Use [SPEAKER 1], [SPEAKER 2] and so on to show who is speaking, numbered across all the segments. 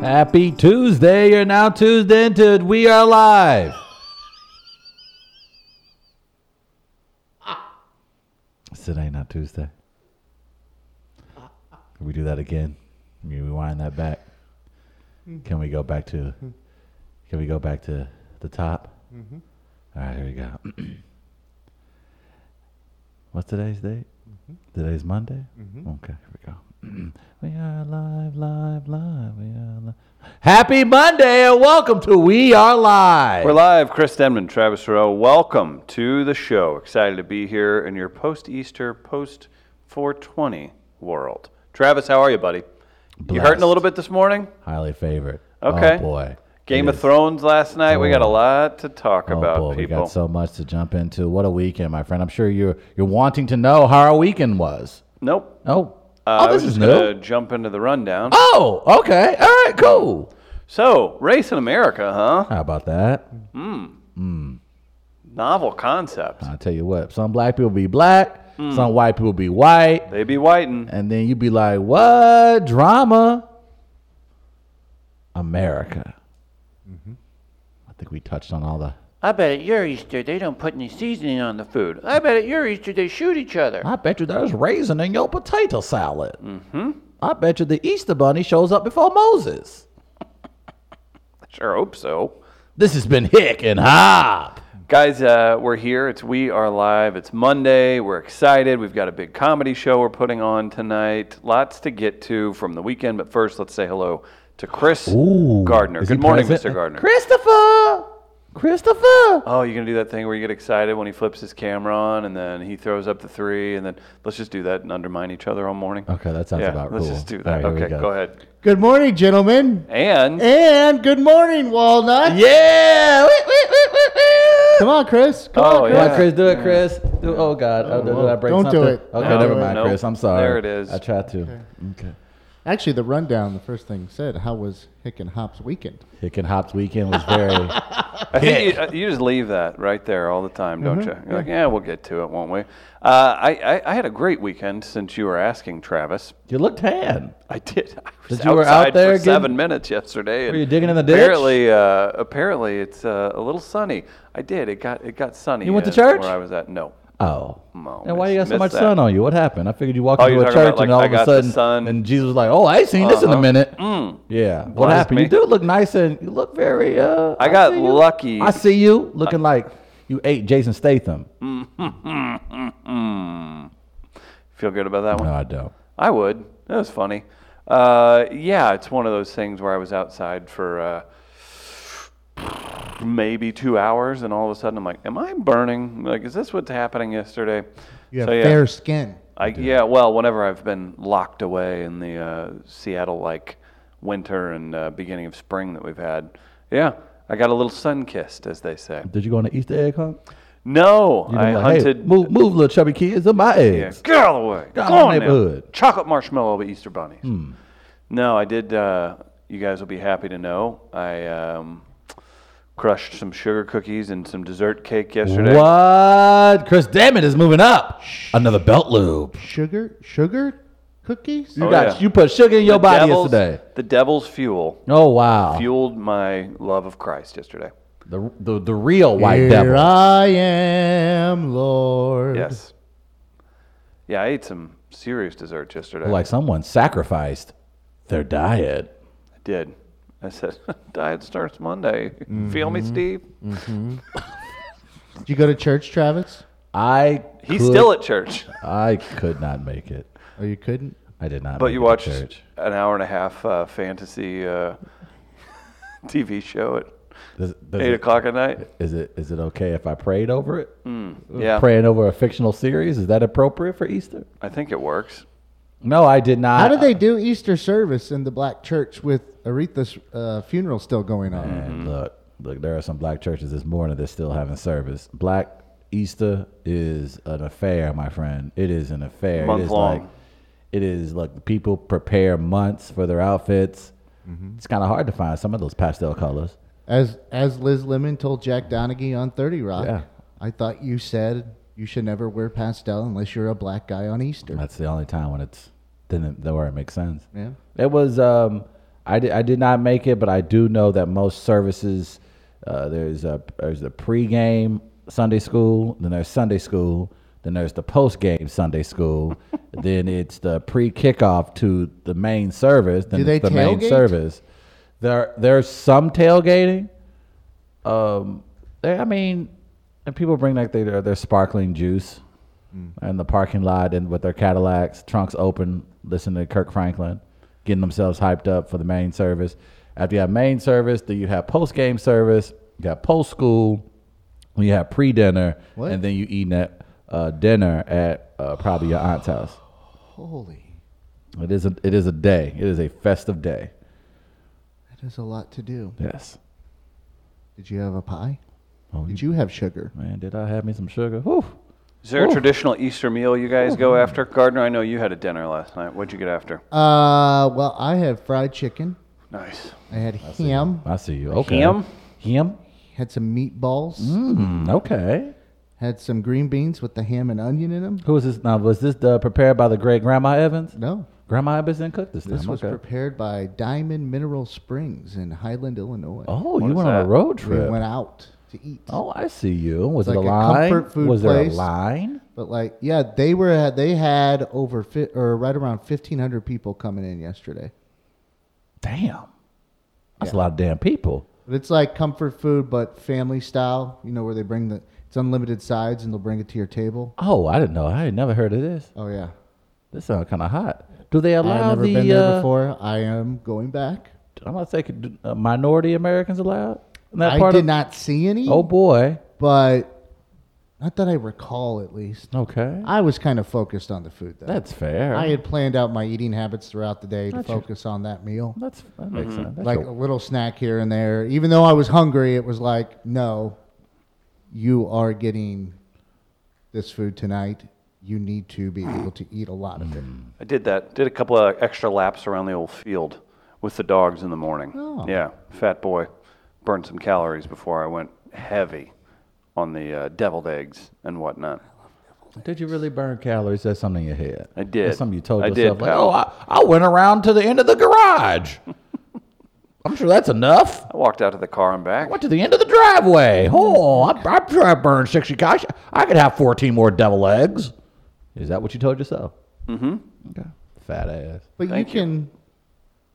[SPEAKER 1] Happy Tuesday. You're now tuned into We Are Live. It's today, not Tuesday. Can we do that again? Can we rewind that back? Can we go back to can we go back to the top? All right, here we go. What's today's date? Today's Monday? Okay, here we go. we are live, live, live. We are live. Happy Monday and welcome to We Are Live.
[SPEAKER 2] We're live. Chris Denman, Travis Rowe. Welcome to the show. Excited to be here in your post-Easter, post-420 world. Travis, how are you, buddy? You hurting
[SPEAKER 1] Blessed.
[SPEAKER 2] a little bit this morning?
[SPEAKER 1] Highly favored.
[SPEAKER 2] Okay.
[SPEAKER 1] Oh, boy.
[SPEAKER 2] Game
[SPEAKER 1] It
[SPEAKER 2] of
[SPEAKER 1] is-
[SPEAKER 2] Thrones last night. We got a lot to talk
[SPEAKER 1] Oh
[SPEAKER 2] about,
[SPEAKER 1] boy, we
[SPEAKER 2] people.
[SPEAKER 1] got so much to jump into. What a weekend, my friend! I'm sure you're you're wanting to know how our weekend was.
[SPEAKER 2] nope.
[SPEAKER 1] Oh, oh,
[SPEAKER 2] Uh, I was
[SPEAKER 1] this is
[SPEAKER 2] just
[SPEAKER 1] new.
[SPEAKER 2] gonna jump into the rundown.
[SPEAKER 1] Oh, okay, all right, cool.
[SPEAKER 2] So, race in America, huh?
[SPEAKER 1] How about that?
[SPEAKER 2] Novel concept.
[SPEAKER 1] I tell you what, some black people be black,
[SPEAKER 2] Hmm.
[SPEAKER 1] some white people be white,
[SPEAKER 2] They be whiting.
[SPEAKER 1] and then you be like, what drama? America. I think we touched on all the.
[SPEAKER 2] I bet at your Easter they don't put any seasoning on the food. I bet at your Easter they shoot each other.
[SPEAKER 1] I bet you there's raisin in your potato salad. Mm-hmm. I bet you the Easter bunny shows up before Moses.
[SPEAKER 2] Sure hope so.
[SPEAKER 1] This has been Hick and Hop.
[SPEAKER 2] Guys, uh, we're here. It's We Are Live. It's Monday. We're excited. We've got a big comedy show we're putting on tonight. Lots to get to from the weekend. But first, let's say hello to Chris Gardner. Good morning, Mr. Gardner.
[SPEAKER 1] Christopher. Christopher.
[SPEAKER 2] Oh, you're going to do that thing where you get excited when he flips his camera on and then he throws up the three. And then let's just do that and undermine each other all morning.
[SPEAKER 1] Okay, that sounds
[SPEAKER 2] yeah,
[SPEAKER 1] about
[SPEAKER 2] Let's
[SPEAKER 1] cool.
[SPEAKER 2] just do that.
[SPEAKER 1] All right, here
[SPEAKER 2] okay,
[SPEAKER 1] we go.
[SPEAKER 2] go. ahead.
[SPEAKER 3] Good morning, gentlemen.
[SPEAKER 2] And
[SPEAKER 3] And good morning, Walnut.
[SPEAKER 1] Yeah. Wee, wee, wee, wee, wee.
[SPEAKER 3] Come on, Chris. Come
[SPEAKER 2] Oh,
[SPEAKER 3] on,
[SPEAKER 1] Come
[SPEAKER 3] Chris.
[SPEAKER 1] on, Chris. Do it, Chris. Do, oh, God. Oh, did, did I break
[SPEAKER 3] Don't do
[SPEAKER 1] something?
[SPEAKER 3] it.
[SPEAKER 1] Okay,
[SPEAKER 2] No,
[SPEAKER 1] never mind,
[SPEAKER 2] nope.
[SPEAKER 1] Chris. I'm sorry.
[SPEAKER 2] There it is.
[SPEAKER 1] I tried to. Okay.
[SPEAKER 3] Actually, the rundown, the first thing said, how was Hick and Hop's weekend?
[SPEAKER 1] Hick and Hop's weekend was very.
[SPEAKER 2] I think you, uh, you just leave that right there all the time, don't
[SPEAKER 1] Mm-hmm.
[SPEAKER 2] you? You're like, yeah, we'll get to it, won't we? Uh, I, I I had a great weekend since you were asking, Travis.
[SPEAKER 1] you looked tan.
[SPEAKER 2] I did. I was
[SPEAKER 1] That you were out
[SPEAKER 2] outside
[SPEAKER 1] there
[SPEAKER 2] for
[SPEAKER 1] getting-
[SPEAKER 2] seven minutes yesterday. and
[SPEAKER 1] you digging in the ditch?
[SPEAKER 2] Apparently, uh, apparently it's uh, a little sunny. I did. It got it got sunny.
[SPEAKER 1] You went to
[SPEAKER 2] uh,
[SPEAKER 1] church?
[SPEAKER 2] Where I was at? No.
[SPEAKER 1] Oh.
[SPEAKER 2] No,
[SPEAKER 1] and why
[SPEAKER 2] miss-
[SPEAKER 1] you got so
[SPEAKER 2] missed
[SPEAKER 1] much
[SPEAKER 2] that.
[SPEAKER 1] sun on you? What happened? I figured you walked
[SPEAKER 2] Oh,
[SPEAKER 1] into
[SPEAKER 2] you're
[SPEAKER 1] a church
[SPEAKER 2] talking about, like,
[SPEAKER 1] and all
[SPEAKER 2] I
[SPEAKER 1] of a
[SPEAKER 2] got the
[SPEAKER 1] sudden,
[SPEAKER 2] sun.
[SPEAKER 1] and Jesus was like, "Oh, I ain't seen this in a minute."
[SPEAKER 2] Hmm.
[SPEAKER 1] Yeah. What
[SPEAKER 2] Blinds
[SPEAKER 1] happened?
[SPEAKER 2] me.
[SPEAKER 1] You do look nice and you look very. Uh,
[SPEAKER 2] I got
[SPEAKER 1] see you.
[SPEAKER 2] lucky.
[SPEAKER 1] I see you looking like you ate Jason Statham.
[SPEAKER 2] Mm. Feel good about that one?
[SPEAKER 1] No, I don't.
[SPEAKER 2] I would. That was funny. Uh, yeah, it's one of those things where I was outside for uh, maybe two hours, and all of a sudden I'm like, "Am I burning? Like, is this what's happening yesterday?"
[SPEAKER 3] You have
[SPEAKER 2] So, yeah.
[SPEAKER 3] fair skin.
[SPEAKER 2] I, yeah, well, whenever I've been locked away in the uh, Seattle like winter and uh, beginning of spring that we've had, yeah, I got a little sun kissed, as they say.
[SPEAKER 1] Did you go on an Easter egg hunt?
[SPEAKER 2] No,
[SPEAKER 1] You
[SPEAKER 2] I
[SPEAKER 1] know, like, hey,
[SPEAKER 2] hunted.
[SPEAKER 1] move, move, little chubby kids, of my
[SPEAKER 2] Yeah,
[SPEAKER 1] eggs.
[SPEAKER 2] get out of the way.
[SPEAKER 1] Get out
[SPEAKER 2] Go
[SPEAKER 1] of my
[SPEAKER 2] on now.
[SPEAKER 1] neighborhood. Hmm.
[SPEAKER 2] Chocolate marshmallow with Easter bunnies. No, I did. Uh, you guys will be happy to know I um, crushed some sugar cookies and some dessert cake yesterday.
[SPEAKER 1] What? Chris Dammit is moving up. Another belt loop.
[SPEAKER 3] Sugar, sugar cookies?
[SPEAKER 1] You
[SPEAKER 2] Oh,
[SPEAKER 1] got
[SPEAKER 2] yeah.
[SPEAKER 1] you put sugar in your
[SPEAKER 2] The
[SPEAKER 1] body
[SPEAKER 2] devil's-
[SPEAKER 1] yesterday.
[SPEAKER 2] The devil's fuel
[SPEAKER 1] Oh wow.
[SPEAKER 2] fueled my love of Christ yesterday.
[SPEAKER 1] The, the the real white
[SPEAKER 3] Here
[SPEAKER 1] devil.
[SPEAKER 3] I am, Lord.
[SPEAKER 2] Yes. Yeah, I ate some serious dessert yesterday.
[SPEAKER 1] like someone sacrificed their diet.
[SPEAKER 2] I did. I said, diet starts Monday. Feel
[SPEAKER 1] Mm-hmm.
[SPEAKER 2] me, Steve?
[SPEAKER 3] Did you go to church, Travis?
[SPEAKER 1] I
[SPEAKER 2] He's
[SPEAKER 1] could-
[SPEAKER 2] still at church.
[SPEAKER 1] I could not make it.
[SPEAKER 3] Or Oh, you couldn't?
[SPEAKER 1] I did not.
[SPEAKER 2] But
[SPEAKER 1] make
[SPEAKER 2] you
[SPEAKER 1] it to
[SPEAKER 2] watched
[SPEAKER 1] church.
[SPEAKER 2] an hour and a half uh, fantasy uh, TV show at
[SPEAKER 1] Does, does
[SPEAKER 2] eight
[SPEAKER 1] it-
[SPEAKER 2] o'clock at night.
[SPEAKER 1] Is it is it okay if I prayed over it?
[SPEAKER 2] Yeah,
[SPEAKER 1] Praying over a fictional series is that appropriate for Easter?
[SPEAKER 2] I think it works.
[SPEAKER 1] No, I did not.
[SPEAKER 3] How did they do Easter service in the black church with Aretha's uh, funeral still going on?
[SPEAKER 1] And
[SPEAKER 2] Mm-hmm.
[SPEAKER 1] look, look, there are some black churches this morning that's still having service. Black Easter is an affair, my friend. It is an affair.
[SPEAKER 2] Month
[SPEAKER 1] it is
[SPEAKER 2] long.
[SPEAKER 1] like it is like people prepare months for their outfits.
[SPEAKER 2] Mm-hmm.
[SPEAKER 1] It's kind of hard to find some of those pastel colors.
[SPEAKER 3] As as Liz Lemon told Jack Donaghy on Thirty Rock,
[SPEAKER 1] Yeah.
[SPEAKER 3] I thought you said you should never wear pastel unless you're a black guy on Easter.
[SPEAKER 1] That's the only time when it's then it- then where it makes sense.
[SPEAKER 3] yeah.
[SPEAKER 1] It was um I did, I did not make it, but I do know that most services uh, there's a there's a pregame Sunday school, then there's Sunday school, then there's the postgame Sunday school, then it's the pre kickoff to the main service, then
[SPEAKER 3] Do they
[SPEAKER 1] it's the main
[SPEAKER 3] tailgate?
[SPEAKER 1] service. There there's some tailgating. Um, there, I mean, and people bring like their their sparkling juice
[SPEAKER 3] Mm.
[SPEAKER 1] in the parking lot and with their Cadillacs, trunks open, listening to Kirk Franklin, getting themselves hyped up for the main service. After you have main service, then you have post game service, you have post school, you have pre dinner,
[SPEAKER 3] What?
[SPEAKER 1] and then you eating at uh, dinner at uh, probably your aunt's house.
[SPEAKER 3] Holy,
[SPEAKER 1] It is a it is a day. It is a festive day.
[SPEAKER 3] that is a lot to do.
[SPEAKER 1] Yes.
[SPEAKER 3] Did you have a pie?
[SPEAKER 1] Oh,
[SPEAKER 3] Did you have sugar?
[SPEAKER 1] man, did I have me some sugar? Whew.
[SPEAKER 2] Is there a traditional Easter meal you guys go after? Gardner, I know you had a dinner last night. What'd you get after?
[SPEAKER 3] Uh, well, I had fried chicken.
[SPEAKER 2] Nice.
[SPEAKER 3] I had ham.
[SPEAKER 1] I see you. Okay.
[SPEAKER 2] Ham?
[SPEAKER 1] Ham?
[SPEAKER 3] Had some meatballs.
[SPEAKER 1] Mm, okay.
[SPEAKER 3] Had some green beans with the ham and onion in them.
[SPEAKER 1] Who is this? Now, was this uh, prepared by the great Grandma Evans?
[SPEAKER 3] No,
[SPEAKER 1] Grandma Evans didn't cook this time.
[SPEAKER 3] this was
[SPEAKER 1] okay.
[SPEAKER 3] prepared by Diamond Mineral Springs in Highland, Illinois.
[SPEAKER 1] Oh,
[SPEAKER 2] What
[SPEAKER 1] you
[SPEAKER 2] is
[SPEAKER 1] went on
[SPEAKER 2] that?
[SPEAKER 1] a road
[SPEAKER 3] we
[SPEAKER 1] trip.
[SPEAKER 3] went out to eat.
[SPEAKER 1] oh, I see you. Was
[SPEAKER 3] It's
[SPEAKER 1] it a
[SPEAKER 3] like a
[SPEAKER 1] line?
[SPEAKER 3] comfort food
[SPEAKER 1] was there a
[SPEAKER 3] place.
[SPEAKER 1] line?
[SPEAKER 3] But like, yeah, they were they had over fi- or right around fifteen hundred people coming in yesterday.
[SPEAKER 1] Damn. That's a lot of damn people.
[SPEAKER 3] But it's like comfort food, but family style. You know where they bring the it's unlimited sides and they'll bring it to your table.
[SPEAKER 1] Oh, I didn't know. I had never heard of this.
[SPEAKER 3] Oh yeah,
[SPEAKER 1] This sounds kind of hot. Do they allow
[SPEAKER 3] I've never
[SPEAKER 1] the?
[SPEAKER 3] been there
[SPEAKER 1] uh,
[SPEAKER 3] before. I am going back.
[SPEAKER 1] I'm not saying uh, minority Americans allowed in that
[SPEAKER 3] I
[SPEAKER 1] part
[SPEAKER 3] did
[SPEAKER 1] of.
[SPEAKER 3] not see any,
[SPEAKER 1] oh boy.
[SPEAKER 3] but not that I recall at least.
[SPEAKER 1] Okay.
[SPEAKER 3] I was kind of focused on the food though.
[SPEAKER 1] That's fair.
[SPEAKER 3] I had planned out my eating habits throughout the day to
[SPEAKER 1] Gotcha.
[SPEAKER 3] focus on that meal.
[SPEAKER 1] That's that makes
[SPEAKER 2] Mm-hmm.
[SPEAKER 1] sense. That's
[SPEAKER 3] like
[SPEAKER 1] your-
[SPEAKER 3] a little snack here and there. Even though I was hungry, it was like, no, you are getting this food tonight. You need to be
[SPEAKER 1] Mm.
[SPEAKER 3] able to eat a lot of it.
[SPEAKER 2] I did that. Did a couple of extra laps around the old field with the dogs in the morning.
[SPEAKER 3] Oh.
[SPEAKER 2] Yeah, fat boy. Burned some calories before I went heavy on the uh, deviled eggs and whatnot.
[SPEAKER 1] Did you really burn calories? That's something in your head.
[SPEAKER 2] I did.
[SPEAKER 1] That's something you told
[SPEAKER 2] I did,
[SPEAKER 1] yourself. like,
[SPEAKER 2] pal.
[SPEAKER 1] oh, I, I went around to the end of the garage. I'm sure that's enough.
[SPEAKER 2] I walked out to the car and
[SPEAKER 1] I
[SPEAKER 2] back.
[SPEAKER 1] went to the end of the driveway. Oh, I, I'm sure I burned 60 calories. I could have 14 more devil eggs. Is that what you told yourself? Mm-hmm. Okay. Fat ass.
[SPEAKER 3] But
[SPEAKER 2] Thank
[SPEAKER 3] you
[SPEAKER 2] you.
[SPEAKER 3] can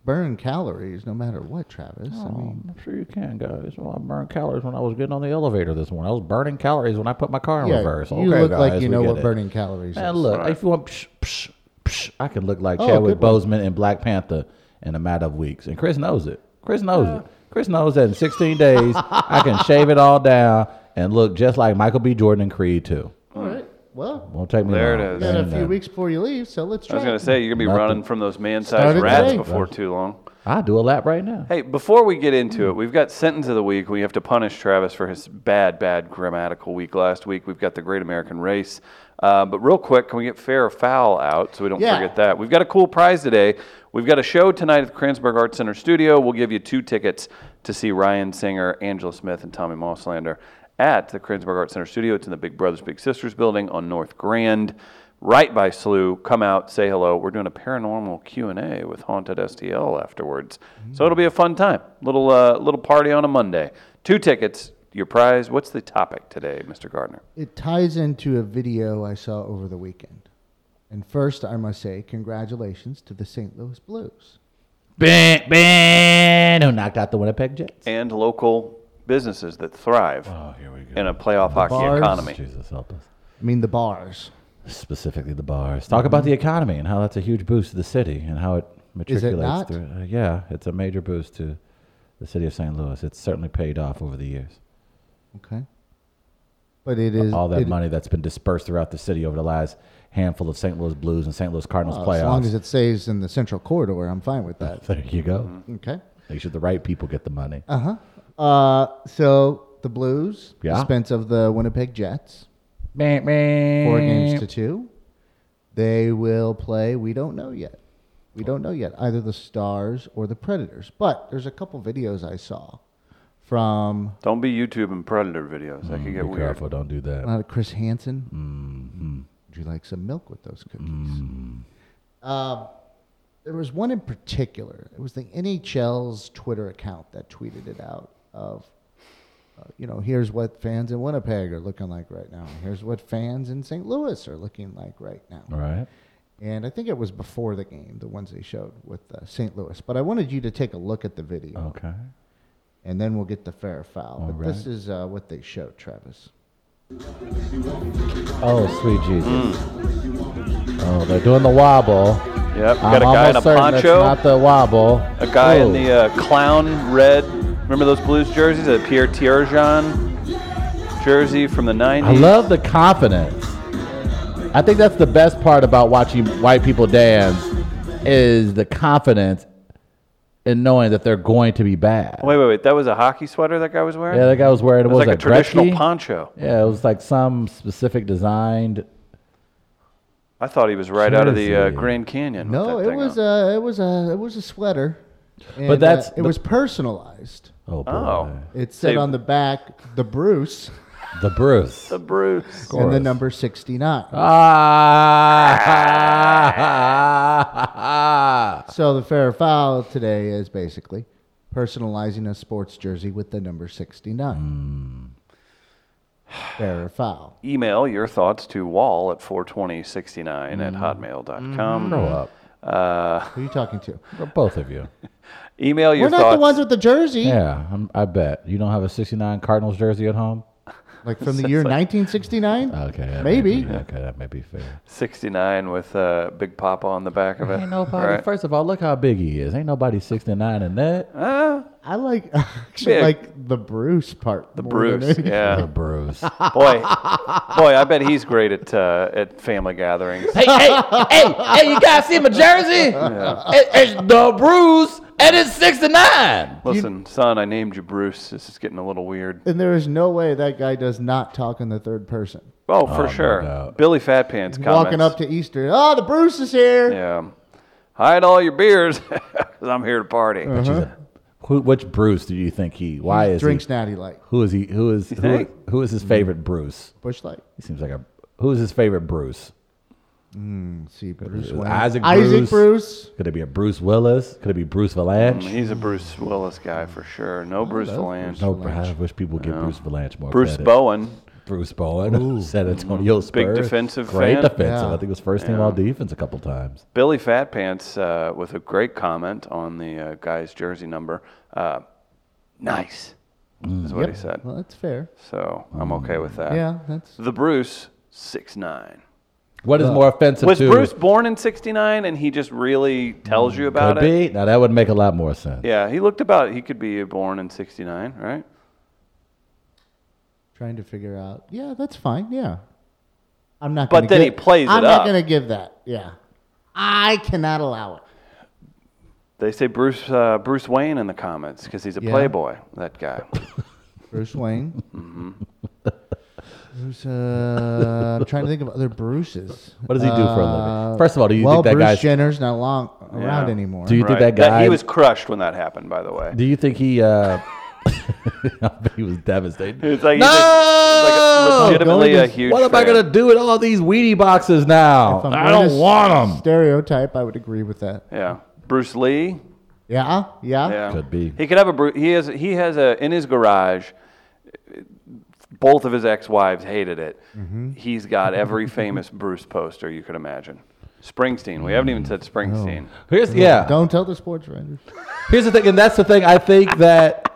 [SPEAKER 3] burn calories no matter what, Travis. I
[SPEAKER 1] Oh,
[SPEAKER 3] mean,
[SPEAKER 1] I'm sure you can, guys. Well, I burned calories when I was getting on the elevator this morning. I was burning calories when I put my car in
[SPEAKER 3] yeah,
[SPEAKER 1] Oh. reverse.
[SPEAKER 3] you
[SPEAKER 1] Okay,
[SPEAKER 3] look
[SPEAKER 1] guys,
[SPEAKER 3] like
[SPEAKER 1] we
[SPEAKER 3] you know
[SPEAKER 1] get
[SPEAKER 3] what
[SPEAKER 1] it.
[SPEAKER 3] burning calories
[SPEAKER 1] Man,
[SPEAKER 3] is.
[SPEAKER 1] look, if you want, psh, psh, psh, I can look like
[SPEAKER 3] Oh,
[SPEAKER 1] Chadwick
[SPEAKER 3] good one.
[SPEAKER 1] Boseman in Black Panther in a matter of weeks. And Chris knows it. Chris knows it. Chris knows that in 16 days, I can shave it all down and look just like Michael B. Jordan in Creed 2.
[SPEAKER 3] All right. Well,
[SPEAKER 1] Won't take me
[SPEAKER 2] There it
[SPEAKER 1] long.
[SPEAKER 2] is.
[SPEAKER 3] you got a
[SPEAKER 1] Ain't
[SPEAKER 3] few
[SPEAKER 1] nothing.
[SPEAKER 3] weeks before you leave, so let's
[SPEAKER 2] I
[SPEAKER 3] try.
[SPEAKER 2] was going
[SPEAKER 3] it.
[SPEAKER 2] to say, you're going to be
[SPEAKER 1] Nothing.
[SPEAKER 2] running from those man
[SPEAKER 3] Started
[SPEAKER 2] sized rats
[SPEAKER 3] today.
[SPEAKER 2] before too long.
[SPEAKER 1] I'll do a lap right now.
[SPEAKER 2] Hey, before we get into it, we've got sentence of the week. We have to punish Travis for his bad, bad grammatical week last week. We've got the Great American Race. Uh, but real quick, can we get fair or foul out so we don't
[SPEAKER 3] Yeah.
[SPEAKER 2] forget that? We've got a cool prize today. We've got a show tonight at the Kransberg Arts Center Studio. We'll give you two tickets to see Ryan Singer, Angela Smith, and Tommy Mosslander at the Kransberg Arts Center Studio. It's in the Big Brothers Big Sisters building on North Grand, right by SLU. Come out, say hello. We're doing a paranormal Q and A with Haunted STL afterwards, so it'll be a fun time. Little uh, little party on a Monday. Two tickets. Your prize. What's the topic today, Mr. Gardner?
[SPEAKER 3] It ties into a video I saw over the weekend. And first, I must say, congratulations to the St. Louis Blues.
[SPEAKER 1] Ben, Ben, who knocked out the Winnipeg Jets.
[SPEAKER 2] And local businesses that thrive
[SPEAKER 1] Oh, here we go.
[SPEAKER 2] in a playoff hockey
[SPEAKER 3] bars.
[SPEAKER 2] economy.
[SPEAKER 1] Jesus help us.
[SPEAKER 3] I mean, the bars.
[SPEAKER 1] Specifically the bars. Talk about the economy and how that's a huge boost to the city and how it matriculates
[SPEAKER 3] Mm-hmm. Is it not?
[SPEAKER 1] through. Uh, yeah, it's a major boost to the city of St. Louis. It's certainly paid off over the years.
[SPEAKER 3] Okay. But it is
[SPEAKER 1] All that
[SPEAKER 3] it-
[SPEAKER 1] money that's been dispersed throughout the city over the last handful of St. Louis Blues and St. Louis Cardinals
[SPEAKER 3] well,
[SPEAKER 1] playoffs.
[SPEAKER 3] as long as it stays in the central corridor, I'm fine with that.
[SPEAKER 1] there you go.
[SPEAKER 2] Mm-hmm.
[SPEAKER 3] Okay.
[SPEAKER 1] Make sure the right people get the money.
[SPEAKER 3] Uh huh. Uh, so the Blues,
[SPEAKER 1] Yeah.
[SPEAKER 3] dispense of the Winnipeg Jets,
[SPEAKER 1] Bam, bam.
[SPEAKER 3] four games to two. They will play. We don't know yet. We don't know yet either the Stars or the Predators. But there's a couple videos I saw from
[SPEAKER 2] Don't be YouTube and Predator videos. That
[SPEAKER 3] Mm,
[SPEAKER 2] could get
[SPEAKER 1] Be
[SPEAKER 2] weird.
[SPEAKER 1] careful, don't do that.
[SPEAKER 3] uh, Chris Hansen.
[SPEAKER 1] Mm-hmm. Mm-hmm.
[SPEAKER 3] Would you like some milk with those cookies? Um, there was one in particular. It was the NHL's Twitter account that tweeted it out of, uh, you know, here's what fans in Winnipeg are looking like right now. Here's what fans in St. Louis are looking like right now.
[SPEAKER 1] All right.
[SPEAKER 3] And I think it was before the game, the ones they showed with uh, St. Louis. But I wanted you to take a look at the video,
[SPEAKER 1] Okay.
[SPEAKER 3] and then we'll get to fair or foul.
[SPEAKER 1] Oh. All
[SPEAKER 3] but this is uh, what they showed, Travis.
[SPEAKER 1] Oh, sweet Jesus.
[SPEAKER 2] Mm.
[SPEAKER 1] Oh, they're doing the wobble.
[SPEAKER 2] Yep.
[SPEAKER 1] I'm
[SPEAKER 2] Got a guy in a
[SPEAKER 1] almost certain that's
[SPEAKER 2] poncho.
[SPEAKER 1] not the wobble.
[SPEAKER 2] A guy in
[SPEAKER 1] Ooh.
[SPEAKER 2] the uh, clown red. Remember those blues jerseys? A Pierre Tierjean jersey from the 90s.
[SPEAKER 1] I love the confidence. I think that's the best part about watching white people dance is the confidence in knowing that they're going to be bad.
[SPEAKER 2] Wait, wait, wait. That was a hockey sweater that guy was wearing?
[SPEAKER 1] Yeah, that guy was wearing
[SPEAKER 2] it
[SPEAKER 1] what was
[SPEAKER 2] was like a
[SPEAKER 1] that,
[SPEAKER 2] traditional
[SPEAKER 1] Gretzky?
[SPEAKER 2] poncho.
[SPEAKER 1] Yeah, it was like some specific designed.
[SPEAKER 2] I thought he was right out of the uh,
[SPEAKER 1] Jersey.
[SPEAKER 2] Grand Canyon. with
[SPEAKER 3] No,
[SPEAKER 2] that
[SPEAKER 3] it
[SPEAKER 2] thing
[SPEAKER 3] was
[SPEAKER 2] on.
[SPEAKER 3] a, it was a, it was a sweater. And, uh,
[SPEAKER 1] that's
[SPEAKER 3] it
[SPEAKER 1] the-
[SPEAKER 3] was personalized.
[SPEAKER 1] Oh boy,
[SPEAKER 2] Oh.
[SPEAKER 3] It said
[SPEAKER 2] They-
[SPEAKER 3] on the back, the Bruce
[SPEAKER 1] the Bruce.
[SPEAKER 2] the Bruce.
[SPEAKER 3] and the
[SPEAKER 1] course.
[SPEAKER 3] number 69.
[SPEAKER 1] Ah.
[SPEAKER 3] So the fair or foul today is basically personalizing a sports jersey with the number 69. Fair or foul.
[SPEAKER 2] Email your thoughts to wall at 42069
[SPEAKER 1] Mm.
[SPEAKER 2] at hotmail.com.
[SPEAKER 1] Grow up,
[SPEAKER 2] Uh,
[SPEAKER 3] Who are you talking to?
[SPEAKER 1] both of you.
[SPEAKER 2] email your
[SPEAKER 3] We're not
[SPEAKER 2] thoughts.
[SPEAKER 3] the ones with the jersey.
[SPEAKER 1] Yeah, I'm, I bet you don't have a '69 Cardinals jersey at home.
[SPEAKER 3] Like from the year 1969?
[SPEAKER 1] Okay, that may
[SPEAKER 3] Maybe.
[SPEAKER 1] be- okay, that may be fair.
[SPEAKER 2] 69 with uh, Big Papa on the back of it.
[SPEAKER 1] Ain't nobody.
[SPEAKER 2] Right.
[SPEAKER 1] First of all, look how big he is. Ain't nobody 69 in that.
[SPEAKER 2] Ah,
[SPEAKER 3] I like actually
[SPEAKER 2] Big.
[SPEAKER 3] like the Bruce part.
[SPEAKER 2] the
[SPEAKER 3] more than
[SPEAKER 2] Bruce.
[SPEAKER 3] any-
[SPEAKER 1] The
[SPEAKER 2] Yeah.
[SPEAKER 1] Bruce.
[SPEAKER 2] boy, boy, I bet he's great at uh, at family gatherings.
[SPEAKER 1] hey, hey, hey, hey! You guys see my jersey? It- it's the Bruce, and it's 69.
[SPEAKER 2] Listen, son, I named you Bruce. This is getting a little weird.
[SPEAKER 3] And there is no way that guy does not talk in the third person.
[SPEAKER 2] Oh, for
[SPEAKER 1] no
[SPEAKER 2] sure.
[SPEAKER 1] doubt.
[SPEAKER 2] Billy Fat Pants comments.
[SPEAKER 3] Walking up to Easter, oh, the Bruce is here.
[SPEAKER 2] Yeah. Hide all your beers 'cause I'm here to party.
[SPEAKER 3] Uh-huh.
[SPEAKER 1] Who, which Bruce do you think he? Why is
[SPEAKER 3] Drinks
[SPEAKER 1] he?
[SPEAKER 3] Natty Light,
[SPEAKER 1] Who is he? Who is who,
[SPEAKER 2] think?
[SPEAKER 1] who is his favorite Bruce?
[SPEAKER 3] Bush Light.
[SPEAKER 1] He seems like a. Who is his favorite Bruce?
[SPEAKER 3] Let's see, Bruce
[SPEAKER 1] it
[SPEAKER 3] Wayne.
[SPEAKER 1] Isaac Bruce?
[SPEAKER 3] Isaac Bruce.
[SPEAKER 1] Could it be a Bruce Willis? Could it be Bruce Valanche?
[SPEAKER 2] He's a Bruce Willis guy for sure. No Bruce Valanche.
[SPEAKER 1] No, I wish people would give Bruce Valanche more
[SPEAKER 2] Bruce
[SPEAKER 1] credit.
[SPEAKER 2] Bowen.
[SPEAKER 1] Bruce Bowen, San Antonio Spurs.
[SPEAKER 2] Big defensive
[SPEAKER 1] Great
[SPEAKER 2] fan.
[SPEAKER 1] defensive.
[SPEAKER 3] Mm-hmm. Yeah.
[SPEAKER 1] I think it was first team all defense a couple times.
[SPEAKER 2] Billy Fat Pants uh, with a great comment on the uh, guy's jersey number. Uh, nice is what he said.
[SPEAKER 3] Well, that's fair.
[SPEAKER 2] So I'm okay with that.
[SPEAKER 3] Yeah, that's
[SPEAKER 2] The Bruce six nine.
[SPEAKER 1] What is more offensive
[SPEAKER 2] Was
[SPEAKER 1] to
[SPEAKER 2] Bruce born in '69 and he just really tells you about
[SPEAKER 1] Mm, could
[SPEAKER 2] it?
[SPEAKER 1] be? Now that would make a lot more sense.
[SPEAKER 2] Yeah, he looked about. He could be born in '69, right?
[SPEAKER 3] trying to figure out. Yeah, that's fine. Yeah, I'm not.
[SPEAKER 2] But
[SPEAKER 3] gonna
[SPEAKER 2] then he
[SPEAKER 3] give-
[SPEAKER 2] plays it
[SPEAKER 3] I'm not
[SPEAKER 2] up.
[SPEAKER 3] going to give that. Yeah, I cannot allow it.
[SPEAKER 2] They say Bruce uh, Bruce Wayne in the comments because he's a
[SPEAKER 3] Yeah.
[SPEAKER 2] playboy. That guy.
[SPEAKER 3] Bruce Wayne. Bruce, uh, I'm trying to think of other Bruces. Uh,
[SPEAKER 1] What does he do for a living? First of all, do you
[SPEAKER 3] well,
[SPEAKER 1] think that
[SPEAKER 3] Bruce
[SPEAKER 1] guy's-
[SPEAKER 3] Jenner's not long around
[SPEAKER 2] Yeah.
[SPEAKER 3] anymore.
[SPEAKER 1] Do you think that guy?
[SPEAKER 2] he was crushed when that happened. By the way,
[SPEAKER 1] do you think he? Uh, he was devastated.
[SPEAKER 2] it's like, he's
[SPEAKER 1] no!
[SPEAKER 2] like- like legitimately a
[SPEAKER 3] Going to-
[SPEAKER 2] huge.
[SPEAKER 1] what am I
[SPEAKER 2] fan.
[SPEAKER 1] gonna do with all these weedy boxes now?
[SPEAKER 3] If I'm
[SPEAKER 1] I
[SPEAKER 3] going
[SPEAKER 1] don't
[SPEAKER 3] to
[SPEAKER 1] want them.
[SPEAKER 3] Stereotype. I would agree with that.
[SPEAKER 2] Yeah, Bruce Lee.
[SPEAKER 3] Yeah, yeah.
[SPEAKER 2] Yeah,
[SPEAKER 1] Could be.
[SPEAKER 2] He could have a. Bru- He has. He has a in his garage. Both of his ex-wives hated it. He's got every famous Bruce poster you could imagine. Springsteen. We haven't even said Springsteen.
[SPEAKER 1] Here's yeah.
[SPEAKER 3] Don't tell the sports writers.
[SPEAKER 1] Here's the thing, and that's the thing. I think that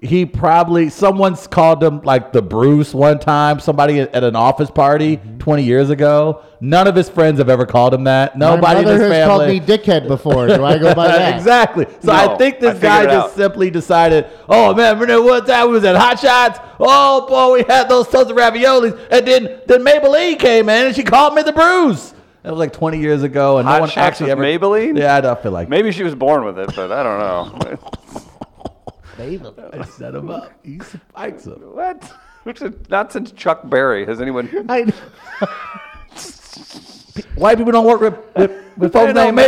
[SPEAKER 1] he probably someone's called him like the Bruce one time. Somebody at, at an office party
[SPEAKER 3] Mm-hmm.
[SPEAKER 1] 20 years ago. None of his friends have ever called him that. Nobody
[SPEAKER 3] My
[SPEAKER 1] in
[SPEAKER 3] mother
[SPEAKER 1] his
[SPEAKER 3] has
[SPEAKER 1] family.
[SPEAKER 3] called me dickhead before. Do I go by that?
[SPEAKER 1] exactly. So
[SPEAKER 2] No,
[SPEAKER 1] I think
[SPEAKER 2] I
[SPEAKER 1] this
[SPEAKER 2] figured
[SPEAKER 1] guy
[SPEAKER 2] it
[SPEAKER 1] just
[SPEAKER 2] out.
[SPEAKER 1] simply decided, oh man, remember that one time we was at Hot Shots? Oh boy, we had those toasted raviolis, and then then Maybelline came in and she called me the Bruce. That was like 20 years ago, and
[SPEAKER 2] Hot
[SPEAKER 1] no one
[SPEAKER 2] Shots
[SPEAKER 1] actually
[SPEAKER 2] with
[SPEAKER 1] ever
[SPEAKER 2] Maybelline?
[SPEAKER 1] Yeah, I don't feel like
[SPEAKER 2] Maybe she was born with it, but I don't know.
[SPEAKER 1] I set him up. He spikes him.
[SPEAKER 2] what? Which is not since Chuck Berry has anyone.
[SPEAKER 3] I,
[SPEAKER 1] White people don't work with with, with folks
[SPEAKER 2] Ain't no
[SPEAKER 1] named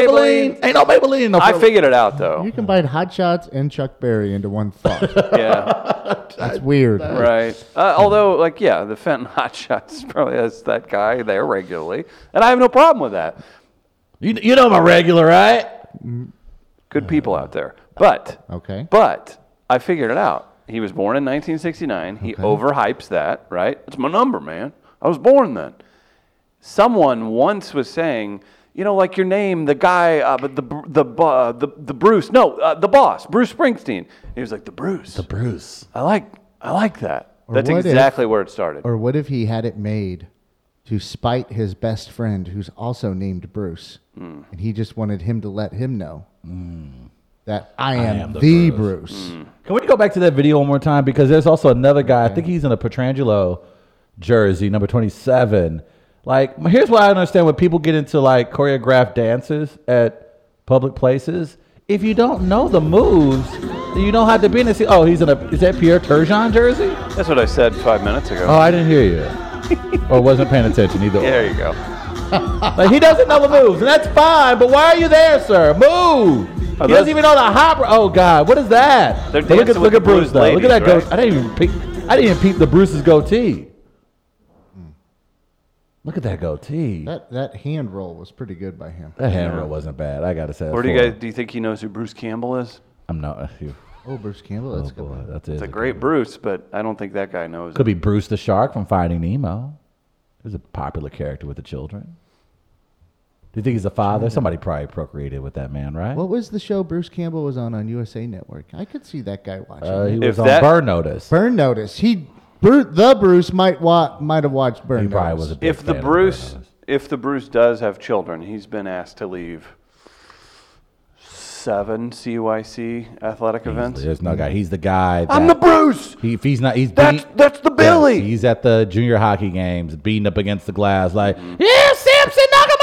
[SPEAKER 1] Maybelline. Ain't no Maybelline. in No
[SPEAKER 2] I
[SPEAKER 1] fr-
[SPEAKER 2] figured it out though.
[SPEAKER 3] you combine Hot Shots and Chuck Berry into one thought.
[SPEAKER 2] Yeah,
[SPEAKER 3] That's weird.
[SPEAKER 2] right. Uh, although, like, yeah, the Fenton Hot Shots probably has that guy there regularly, and I have no problem with that.
[SPEAKER 1] you, you know my regular, right?
[SPEAKER 2] Good people out there. But
[SPEAKER 3] Okay.
[SPEAKER 2] but I figured it out. He was born in 1969. He overhypes that, right? It's my number, man. I was born then. Someone once was saying, you know, like your name, the guy, uh, but the Br- the Bu- uh, the the Bruce, no, uh, the boss, Bruce Springsteen. He was like the Bruce.
[SPEAKER 1] Bruce.
[SPEAKER 2] I like I like that. That's
[SPEAKER 3] what if-
[SPEAKER 2] exactly where it started.
[SPEAKER 3] Or what if he had it made to spite his best friend, who's also named Bruce,
[SPEAKER 1] Hmm.
[SPEAKER 3] and he just wanted him to let him know that I am,
[SPEAKER 1] am
[SPEAKER 3] the,
[SPEAKER 1] the Hmm.
[SPEAKER 3] Bruce.
[SPEAKER 1] Can we go back to that video one more time? Because there's also another guy. I think he's in a Petrangelo jersey, number 27. Like, here's what I understand when people get into like choreographed dances at public places. If you don't know the moves, you don't have to be in this. Oh, he's in a. Is that Pierre Turgeon jersey?
[SPEAKER 2] That's what I said five minutes ago.
[SPEAKER 1] Oh, I didn't hear you. or wasn't paying attention either.
[SPEAKER 2] there you go.
[SPEAKER 1] Like he doesn't know the moves, and that's fine. But why are you there, sir? Move.
[SPEAKER 2] Oh,
[SPEAKER 1] he
[SPEAKER 2] those-
[SPEAKER 1] doesn't even know the hop. Oh God, what is that?
[SPEAKER 2] They're
[SPEAKER 1] But look at
[SPEAKER 2] dancing with
[SPEAKER 1] look
[SPEAKER 2] the
[SPEAKER 1] at Bruce
[SPEAKER 2] Bruce
[SPEAKER 1] though. Look at that
[SPEAKER 2] ladies,
[SPEAKER 1] goat. I didn't even peep. I didn't even peep the Bruce's goatee. Look at that goatee. That,
[SPEAKER 3] That that hand roll was pretty good by him.
[SPEAKER 1] hand roll wasn't bad. I gotta say.
[SPEAKER 2] Where do you
[SPEAKER 1] that's
[SPEAKER 2] guys
[SPEAKER 1] four.
[SPEAKER 2] do you think he knows who Bruce Campbell is?
[SPEAKER 1] I'm not. uh, You,
[SPEAKER 3] Oh, Bruce Campbell, that's
[SPEAKER 1] oh
[SPEAKER 3] good.
[SPEAKER 1] boy, that's
[SPEAKER 2] It's a great Bruce, but I don't think that guy knows.
[SPEAKER 1] Could be Bruce the shark from Finding Nemo. He was a popular character with the children. Do you think he's a father? Somebody probably procreated with that man, right?
[SPEAKER 3] What was the show Bruce Campbell was on on USA Network? I could see that guy watching.
[SPEAKER 1] Uh, he
[SPEAKER 3] it.
[SPEAKER 2] If
[SPEAKER 1] was on
[SPEAKER 2] that-
[SPEAKER 1] Burn Notice.
[SPEAKER 3] Burn Notice. He Bru the Bruce might wa- might have watched Burn
[SPEAKER 1] He probably
[SPEAKER 3] Notice.
[SPEAKER 1] was a big
[SPEAKER 2] if the
[SPEAKER 1] fan of
[SPEAKER 2] Bruce,
[SPEAKER 1] Burn Notice.
[SPEAKER 2] if the Bruce does have children, he's been asked to leave seven CYC athletic events.
[SPEAKER 1] There's no guy. He's the guy. That,
[SPEAKER 2] I'm the Bruce.
[SPEAKER 1] he, if he's not, he's
[SPEAKER 2] That's
[SPEAKER 1] beat-
[SPEAKER 2] that's the
[SPEAKER 1] Yeah,
[SPEAKER 2] Billy.
[SPEAKER 1] he's at the junior hockey games, beating up against the glass, like yeah, Simpson, knock him out.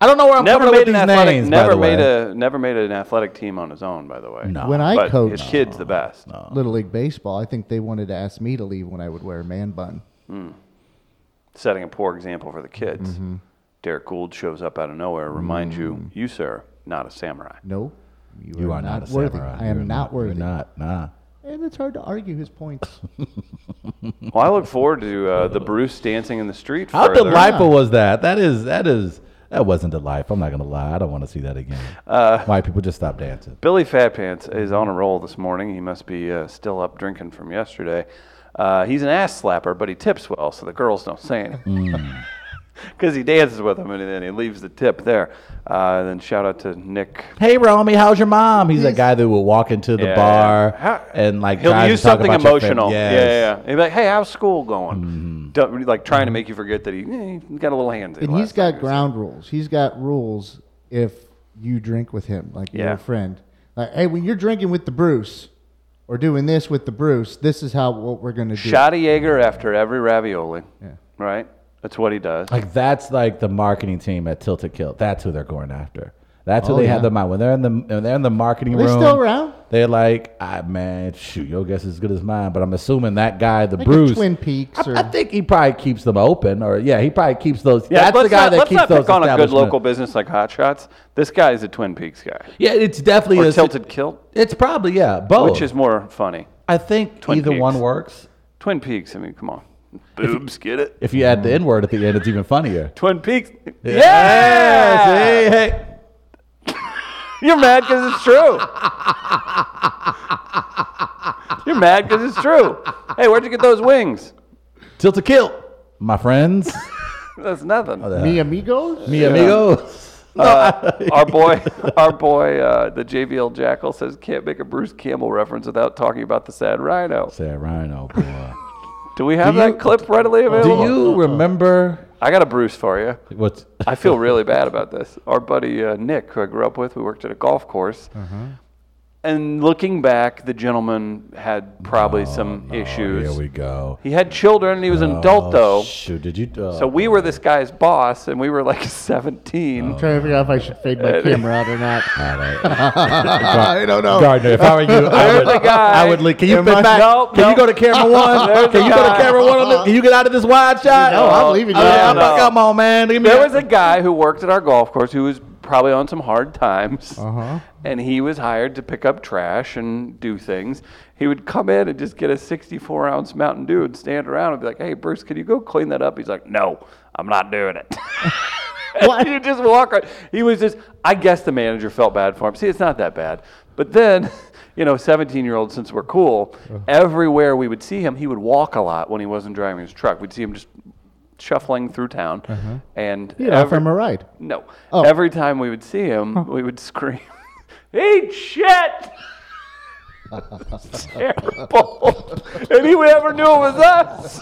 [SPEAKER 1] I don't know where I'm
[SPEAKER 2] never
[SPEAKER 1] coming up
[SPEAKER 2] made
[SPEAKER 1] with
[SPEAKER 2] an
[SPEAKER 1] these
[SPEAKER 2] athletic.
[SPEAKER 1] names. by
[SPEAKER 2] never
[SPEAKER 1] the way.
[SPEAKER 2] made a never made an athletic team on his own. By the way,
[SPEAKER 1] No.
[SPEAKER 3] When I
[SPEAKER 2] but
[SPEAKER 3] coached
[SPEAKER 2] his kid's the best.
[SPEAKER 3] Little League Baseball, I think they wanted to ask me to leave when I would wear a man bun.
[SPEAKER 2] Setting a poor example for the kids.
[SPEAKER 1] Mm-hmm.
[SPEAKER 2] Derek Gould shows up out of nowhere. Remind
[SPEAKER 1] Mm.
[SPEAKER 2] you, you sir, not a samurai.
[SPEAKER 3] No, you,
[SPEAKER 1] You are not, a
[SPEAKER 3] worthy.
[SPEAKER 1] samurai.
[SPEAKER 3] I am
[SPEAKER 1] You're
[SPEAKER 3] not, worthy.
[SPEAKER 1] You're not. Nah.
[SPEAKER 3] And it's hard to argue his points.
[SPEAKER 2] Well, I look forward to uh, the Bruce dancing in the street.
[SPEAKER 1] How
[SPEAKER 2] further.
[SPEAKER 1] delightful was that? That is. That is. That wasn't delightful. I'm not gonna lie. I don't want to see that again.
[SPEAKER 2] Uh,
[SPEAKER 1] White people just stop dancing.
[SPEAKER 2] Billy Fat Pants is on a roll this morning. He must be uh, still up drinking from yesterday. Uh, he's an ass slapper, but he tips well, so the girls don't say anything.
[SPEAKER 1] Mm.
[SPEAKER 2] Because he dances with them and then he leaves the tip there. Uh, then shout out to Nick.
[SPEAKER 1] Hey, Romy, how's your mom? He's that guy that will walk into the
[SPEAKER 2] Yeah,
[SPEAKER 1] bar
[SPEAKER 2] yeah. How-
[SPEAKER 1] and like
[SPEAKER 2] He'll
[SPEAKER 1] tries
[SPEAKER 2] use
[SPEAKER 1] to talk
[SPEAKER 2] something
[SPEAKER 1] about your fam-
[SPEAKER 2] emotional. Yeah,
[SPEAKER 1] Yes. Mm-hmm.
[SPEAKER 2] yeah, yeah. He'll be like, hey, how's school going? Don't- like trying to make you forget that he, eh, he got a little handsy.
[SPEAKER 3] and he's
[SPEAKER 2] last time
[SPEAKER 3] got
[SPEAKER 2] he was-
[SPEAKER 3] ground rules. He's got rules if you drink with him, like your
[SPEAKER 2] Yeah.
[SPEAKER 3] friend. Like, hey, when you're drinking with the Bruce or doing this with the Bruce, this is how what we're gonna do.
[SPEAKER 2] Shot a Jaeger after every ravioli.
[SPEAKER 3] Yeah.
[SPEAKER 2] Right? That's what he does.
[SPEAKER 1] Like that's like the marketing team at Tilted Kilt. That's who they're going after. That's who
[SPEAKER 3] Oh,
[SPEAKER 1] they
[SPEAKER 3] yeah.
[SPEAKER 1] have their mind when they're in the when they're in the marketing
[SPEAKER 3] Are they
[SPEAKER 1] room.
[SPEAKER 3] still around?
[SPEAKER 1] They're like, ah, man, shoot, your guess is as good as mine. But I'm assuming that guy, the
[SPEAKER 3] Like a
[SPEAKER 1] Bruce,
[SPEAKER 3] Twin Peaks
[SPEAKER 1] I,
[SPEAKER 3] or-
[SPEAKER 1] I think he probably keeps them open, or yeah, he probably keeps those.
[SPEAKER 2] Yeah,
[SPEAKER 1] that's the
[SPEAKER 2] let's
[SPEAKER 1] guy
[SPEAKER 2] not,
[SPEAKER 1] that
[SPEAKER 2] let's
[SPEAKER 1] keeps
[SPEAKER 2] not
[SPEAKER 1] those
[SPEAKER 2] pick on a good
[SPEAKER 1] establishments.
[SPEAKER 2] local business like Hot Shots. This guy is a Twin Peaks guy.
[SPEAKER 1] Yeah, it's definitely
[SPEAKER 2] Or
[SPEAKER 1] a,
[SPEAKER 2] Tilted Kilt,
[SPEAKER 1] It's probably yeah, both.
[SPEAKER 2] which is more funny.
[SPEAKER 1] I think
[SPEAKER 2] Twin
[SPEAKER 1] either
[SPEAKER 2] Peaks.
[SPEAKER 1] one works.
[SPEAKER 2] Twin Peaks, I mean, come on. Boobs, get it?
[SPEAKER 1] If you add the
[SPEAKER 2] Mm.
[SPEAKER 1] N word at the end, it's even funnier.
[SPEAKER 2] Twin Peaks. Yeah!
[SPEAKER 1] Yes, hey, hey.
[SPEAKER 2] You're mad because it's true. You're mad because it's true. Hey, where'd you get those wings?
[SPEAKER 1] Tilt a kill, my friends,
[SPEAKER 2] That's nothing.
[SPEAKER 1] Oh,
[SPEAKER 2] Uh,
[SPEAKER 3] Me amigos?
[SPEAKER 1] mi amigos.
[SPEAKER 2] our boy, our boy, uh, the JVL Jackal says can't make a Bruce Campbell reference without talking about the sad rhino.
[SPEAKER 1] Sad Rhino, boy.
[SPEAKER 2] Do we have
[SPEAKER 1] Do
[SPEAKER 2] that
[SPEAKER 1] you-
[SPEAKER 2] clip readily
[SPEAKER 1] Do
[SPEAKER 2] available?
[SPEAKER 1] you remember
[SPEAKER 2] I got a Bruce for you.
[SPEAKER 1] what's
[SPEAKER 2] Uh-uh. I feel really bad about this. Our buddy uh, Nick, who I grew up with, we worked at a golf course. And looking back, the gentleman had probably some
[SPEAKER 1] Oh,
[SPEAKER 2] issues.
[SPEAKER 1] here we go.
[SPEAKER 2] he had children and he was an adult,
[SPEAKER 1] Oh,
[SPEAKER 2] though.
[SPEAKER 1] shoot, did you? Uh,
[SPEAKER 2] so we were this guy's boss, and we were like 17.
[SPEAKER 3] I'm trying to figure out if I should fade my camera out or not.
[SPEAKER 1] I don't know. Gardner, if I were you, I would.
[SPEAKER 2] There's a guy.
[SPEAKER 1] I would. li- Can you
[SPEAKER 2] There
[SPEAKER 1] pin
[SPEAKER 2] must-
[SPEAKER 1] back?
[SPEAKER 2] Nope,
[SPEAKER 1] can you
[SPEAKER 2] nope.
[SPEAKER 1] go to camera one?
[SPEAKER 2] There's
[SPEAKER 1] can
[SPEAKER 2] a
[SPEAKER 1] you go
[SPEAKER 2] guy.
[SPEAKER 1] to camera one? On this? Can you get out of this wide shot?
[SPEAKER 3] No, I'm leaving.
[SPEAKER 1] I mean,
[SPEAKER 2] Yeah,
[SPEAKER 1] I'm like,
[SPEAKER 2] Uh, no.
[SPEAKER 1] come on, man. Leave me
[SPEAKER 2] There
[SPEAKER 1] out.
[SPEAKER 2] was a guy who worked at our golf course who was probably on some hard times.
[SPEAKER 3] Uh-huh.
[SPEAKER 2] And he was hired to pick up trash and do things. He would come in and just get a 64 ounce Mountain Dew and stand around and be like, hey, Bruce, can you go clean that up? He's like, no, I'm not doing it.
[SPEAKER 3] What?
[SPEAKER 2] you just walk right. He was just. I guess the manager felt bad for him. See, it's not that bad. But then, you know, 17 year old, since we're cool, everywhere we would see him, he would walk a lot when he wasn't driving his truck. We'd see him just shuffling through town, and
[SPEAKER 3] You'd offer him a ride.
[SPEAKER 2] no.
[SPEAKER 3] Oh.
[SPEAKER 2] Every time we would see him, we would scream, "Eat shit!" It's terrible. and he would never knew it was us.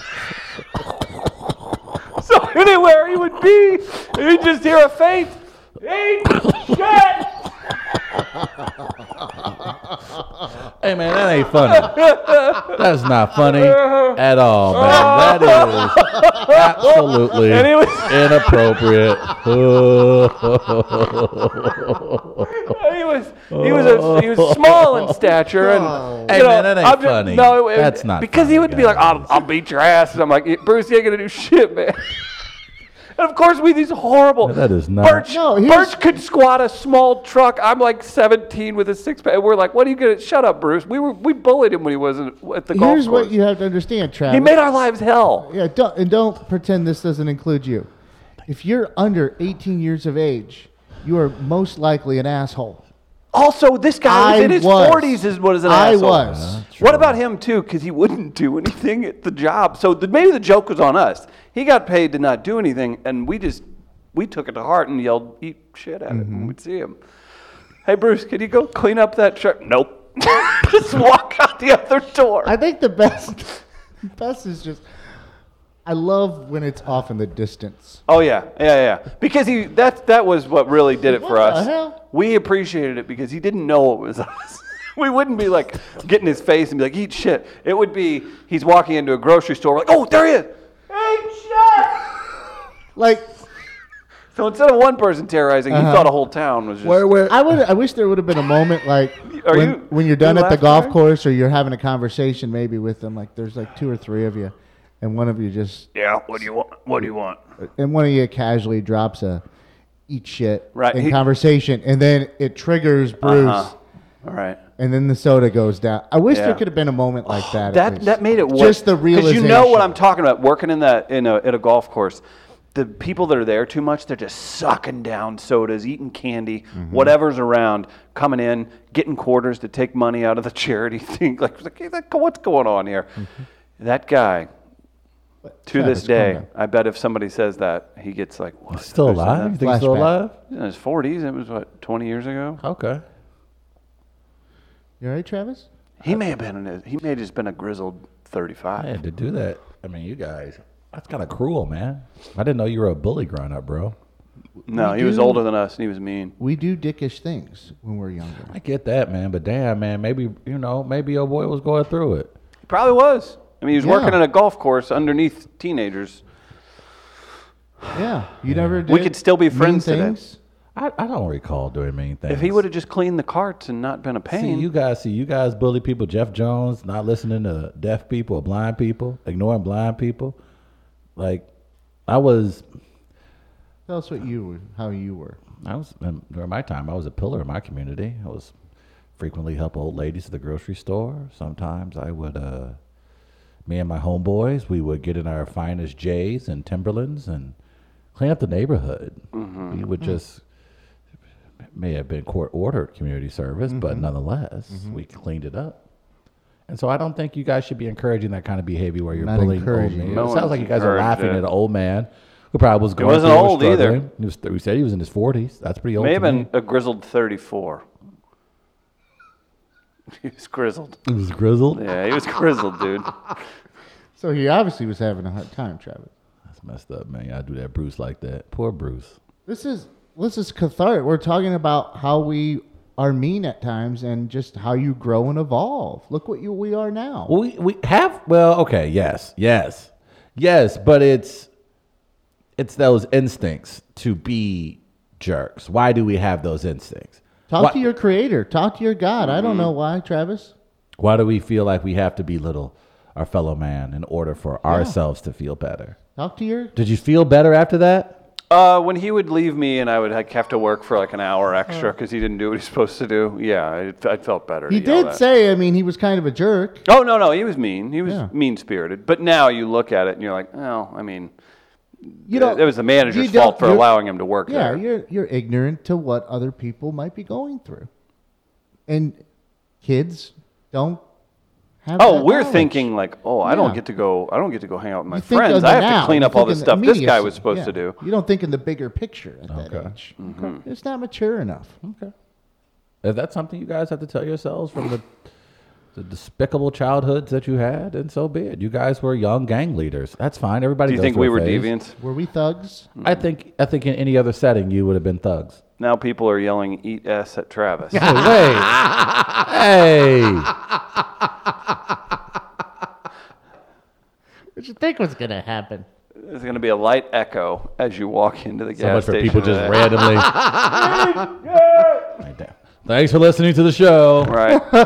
[SPEAKER 2] so anywhere he would be, he'd just hear a faint, "Eat shit!"
[SPEAKER 1] Hey man, that ain't funny. That's not funny at all, man. That is absolutely
[SPEAKER 2] And he was,
[SPEAKER 1] inappropriate.
[SPEAKER 2] he was, he was, a, he
[SPEAKER 3] Oh.
[SPEAKER 2] was small in stature, and
[SPEAKER 1] Hey,
[SPEAKER 2] you know,
[SPEAKER 1] man, that ain't
[SPEAKER 2] I'm just-
[SPEAKER 1] funny.
[SPEAKER 2] no, it-
[SPEAKER 1] That's not
[SPEAKER 2] because he
[SPEAKER 1] funny,
[SPEAKER 2] would be like, "I'll,
[SPEAKER 1] guys.
[SPEAKER 2] I'll beat your ass," and I'm like, "Bruce, you ain't gonna do shit, man." And of course, we these horrible.
[SPEAKER 1] Yeah, that is not-
[SPEAKER 2] Birch.
[SPEAKER 3] No, here's-
[SPEAKER 2] Birch could squat a small truck. I'm like 17 with a six pack. And we're like, what are you gonna? Shut up, Bruce. We were we bullied him when he wasn't at the golf
[SPEAKER 3] Here's
[SPEAKER 2] course.
[SPEAKER 3] what you have to understand, Travis.
[SPEAKER 2] he made our lives hell.
[SPEAKER 3] Yeah, don't, and don't pretend this doesn't include you. If you're under 18 years of age, you are most likely an asshole.
[SPEAKER 2] Also, this guy was in his
[SPEAKER 3] was.
[SPEAKER 2] 40s. Is what is an
[SPEAKER 3] I
[SPEAKER 2] asshole.
[SPEAKER 3] was.
[SPEAKER 2] What about him too? Because he wouldn't do anything at the job. So the, maybe the joke was on us. He got paid to not do anything, and we just we took it to heart and yelled "eat shit" at him
[SPEAKER 3] Mm-hmm.
[SPEAKER 2] when we'd see him. Hey Bruce, can you go clean up that shirt? Nope. just walk out the other door.
[SPEAKER 3] I think the best, best is just. I love when it's off in the distance.
[SPEAKER 2] oh yeah, yeah, yeah. Because he that that was what really did it for
[SPEAKER 3] What the
[SPEAKER 2] us.
[SPEAKER 3] hell?
[SPEAKER 2] We appreciated it because he didn't know it was us. We wouldn't be like getting his face and be like, eat shit. It would be he's walking into a grocery store, we're like, oh, there he is.
[SPEAKER 3] Like
[SPEAKER 2] So instead of one person terrorizing,
[SPEAKER 3] Uh-huh.
[SPEAKER 2] he thought a whole town was just.
[SPEAKER 1] where, where?
[SPEAKER 3] I would, I wish there would have been a moment like
[SPEAKER 2] Are
[SPEAKER 3] when,
[SPEAKER 2] you-
[SPEAKER 3] when you're done
[SPEAKER 2] you
[SPEAKER 3] at the
[SPEAKER 2] laughing
[SPEAKER 3] golf
[SPEAKER 2] there?
[SPEAKER 3] course or you're having a conversation maybe with them. Like there's like two or three of you, and one of you just
[SPEAKER 2] yeah. What do you want? What do you want?
[SPEAKER 3] and one of you casually drops a eat shit
[SPEAKER 2] Right,
[SPEAKER 3] in
[SPEAKER 2] he-
[SPEAKER 3] conversation, and then it triggers Bruce,
[SPEAKER 2] Uh-huh. All right.
[SPEAKER 3] and then the soda goes down. I wish
[SPEAKER 2] Yeah. Oh,
[SPEAKER 3] there could have been a moment like that. at
[SPEAKER 2] That
[SPEAKER 3] least.
[SPEAKER 2] that made it worse.
[SPEAKER 3] just the
[SPEAKER 2] Because
[SPEAKER 3] realization.
[SPEAKER 2] you know what I'm talking about. Working in that in a at a golf course, the people that are there too much, they're just sucking down sodas, eating candy,
[SPEAKER 3] Mm-hmm.
[SPEAKER 2] whatever's around, coming in, getting quarters to take money out of the charity thing. Like, it's like, hey, that- what's going on here? That guy. To
[SPEAKER 3] Mm-hmm. Travis,
[SPEAKER 2] this
[SPEAKER 3] calm
[SPEAKER 2] day,
[SPEAKER 3] down.
[SPEAKER 2] I bet if somebody says that, he gets like, what?
[SPEAKER 1] Still
[SPEAKER 2] Who said
[SPEAKER 1] alive? You
[SPEAKER 2] that?
[SPEAKER 1] think he's still
[SPEAKER 3] Flashback.
[SPEAKER 1] alive?
[SPEAKER 2] He's in his 40s. It was what 20 years ago.
[SPEAKER 1] Okay.
[SPEAKER 3] You all right, Travis?
[SPEAKER 2] He may have been in his, he may have just been a grizzled 35.
[SPEAKER 1] I had to do that. I mean, you guys, that's kind of cruel, man. I didn't know you were a bully growing up, bro.
[SPEAKER 2] no, he was
[SPEAKER 3] do-
[SPEAKER 2] older than us and he was mean.
[SPEAKER 3] We do dickish things when we're younger.
[SPEAKER 1] I get that, man. But damn, man, maybe you know, maybe your boy was going through it.
[SPEAKER 2] He probably was. I mean, he was working
[SPEAKER 3] Yeah.
[SPEAKER 2] in a golf course underneath teenagers.
[SPEAKER 3] Yeah, you never. Did
[SPEAKER 2] We could still be
[SPEAKER 3] mean
[SPEAKER 2] friends today.
[SPEAKER 3] things?
[SPEAKER 1] I, I don't recall doing mean things.
[SPEAKER 2] If he would have just cleaned the carts and not been a pain.
[SPEAKER 1] See you guys. See you guys bully people. Jeff Jones not listening to deaf people or blind people, ignoring blind people. Like I was,
[SPEAKER 3] Tell us what you were, how you were.
[SPEAKER 1] I was um, during my time. I was a pillar in my community. I was frequently help old ladies at the grocery store. Sometimes I would, uh, me and my homeboys, we would get in our finest J's and Timberlands and clean up the neighborhood.
[SPEAKER 2] Mm-hmm.
[SPEAKER 1] We would just may have been court ordered community service,
[SPEAKER 2] Mm-hmm.
[SPEAKER 1] but nonetheless, we cleaned it up. And so I don't think you guys should be encouraging that kind of behavior where you're
[SPEAKER 3] Not
[SPEAKER 1] bullying old
[SPEAKER 3] encouraging
[SPEAKER 1] men.
[SPEAKER 3] it.
[SPEAKER 2] No
[SPEAKER 1] it sounds
[SPEAKER 2] one's
[SPEAKER 1] like you guys are
[SPEAKER 2] encouraged
[SPEAKER 1] laughing
[SPEAKER 2] it.
[SPEAKER 1] at an old man who probably was going.
[SPEAKER 2] wasn't
[SPEAKER 1] through
[SPEAKER 2] old either.
[SPEAKER 1] struggling. He was- we said he was in his forties. That's pretty old.
[SPEAKER 2] may
[SPEAKER 1] to
[SPEAKER 2] have
[SPEAKER 1] me.
[SPEAKER 2] been a grizzled 34. He was grizzled.
[SPEAKER 1] It was grizzled.
[SPEAKER 2] Yeah, he was grizzled, dude.
[SPEAKER 3] So he obviously was having a hard time, Travis.
[SPEAKER 1] That's messed up, man. I do that Bruce like that. Poor Bruce.
[SPEAKER 3] This is this is cathartic. We're talking about how we are mean at times and just how you grow and evolve. Look what you we are now.
[SPEAKER 1] Well, we, we have well, okay, yes, yes, yes, but it's it's those instincts to be jerks. Why do we have those instincts?
[SPEAKER 3] Talk
[SPEAKER 1] why,
[SPEAKER 3] to your creator. Talk to your God. I
[SPEAKER 2] Mm-hmm.
[SPEAKER 3] don't know why, Travis.
[SPEAKER 1] why do we feel like we have to belittle our fellow man in order for ourselves to feel better?
[SPEAKER 3] Talk to your.
[SPEAKER 1] Did you feel better after that?
[SPEAKER 2] Uh, when he would leave me and I would like, have to work for like an hour extra because he didn't do what he's supposed to do, yeah, I, I felt better.
[SPEAKER 3] He
[SPEAKER 2] to yell
[SPEAKER 3] did
[SPEAKER 2] that.
[SPEAKER 3] say. I mean, he was kind of a jerk.
[SPEAKER 2] Oh no, no, he was mean. He was
[SPEAKER 3] Yeah.
[SPEAKER 2] mean spirited. But now you look at it and you're like, oh, I mean,
[SPEAKER 3] You don't-
[SPEAKER 2] it was the manager's
[SPEAKER 3] you don't-
[SPEAKER 2] fault for
[SPEAKER 3] you're-
[SPEAKER 2] allowing him to work
[SPEAKER 3] Yeah,
[SPEAKER 2] there.
[SPEAKER 3] you're you're ignorant to what other people might be going through, and kids don't have.
[SPEAKER 2] Oh,
[SPEAKER 3] that
[SPEAKER 2] we're
[SPEAKER 3] knowledge.
[SPEAKER 2] thinking like, oh, I don't
[SPEAKER 3] Yeah.
[SPEAKER 2] get to go. I don't get to go hang out with my
[SPEAKER 3] You think of
[SPEAKER 2] friends.
[SPEAKER 3] the
[SPEAKER 2] I have
[SPEAKER 3] now.
[SPEAKER 2] to clean
[SPEAKER 3] You
[SPEAKER 2] up all this
[SPEAKER 3] think of
[SPEAKER 2] stuff this
[SPEAKER 3] the
[SPEAKER 2] guy was
[SPEAKER 3] immediacy.
[SPEAKER 2] supposed
[SPEAKER 3] Yeah.
[SPEAKER 2] to do. Mm-hmm.
[SPEAKER 3] You don't think in the bigger picture at that
[SPEAKER 1] Okay.
[SPEAKER 3] age. It's not mature enough.
[SPEAKER 1] Is that something you guys have to tell yourselves from the the despicable childhoods that you had? And so be it. You guys were young gang leaders. That's fine. Everybody.
[SPEAKER 2] Do you
[SPEAKER 1] goes
[SPEAKER 2] think
[SPEAKER 1] through
[SPEAKER 2] we
[SPEAKER 1] a
[SPEAKER 2] were
[SPEAKER 1] phase.
[SPEAKER 2] deviants?
[SPEAKER 3] Were we thugs?
[SPEAKER 1] I think I think in any other setting you would have been thugs.
[SPEAKER 2] Now people are yelling, "Eat s at Travis."
[SPEAKER 1] Hey, wait. hey.
[SPEAKER 3] What you think was gonna happen?
[SPEAKER 2] There's going to be a light echo as you walk into the
[SPEAKER 1] So
[SPEAKER 2] gas
[SPEAKER 1] much for
[SPEAKER 2] station.
[SPEAKER 1] people just
[SPEAKER 2] today.
[SPEAKER 1] randomly. Like that. Thanks for listening to the show.
[SPEAKER 2] Right. oh,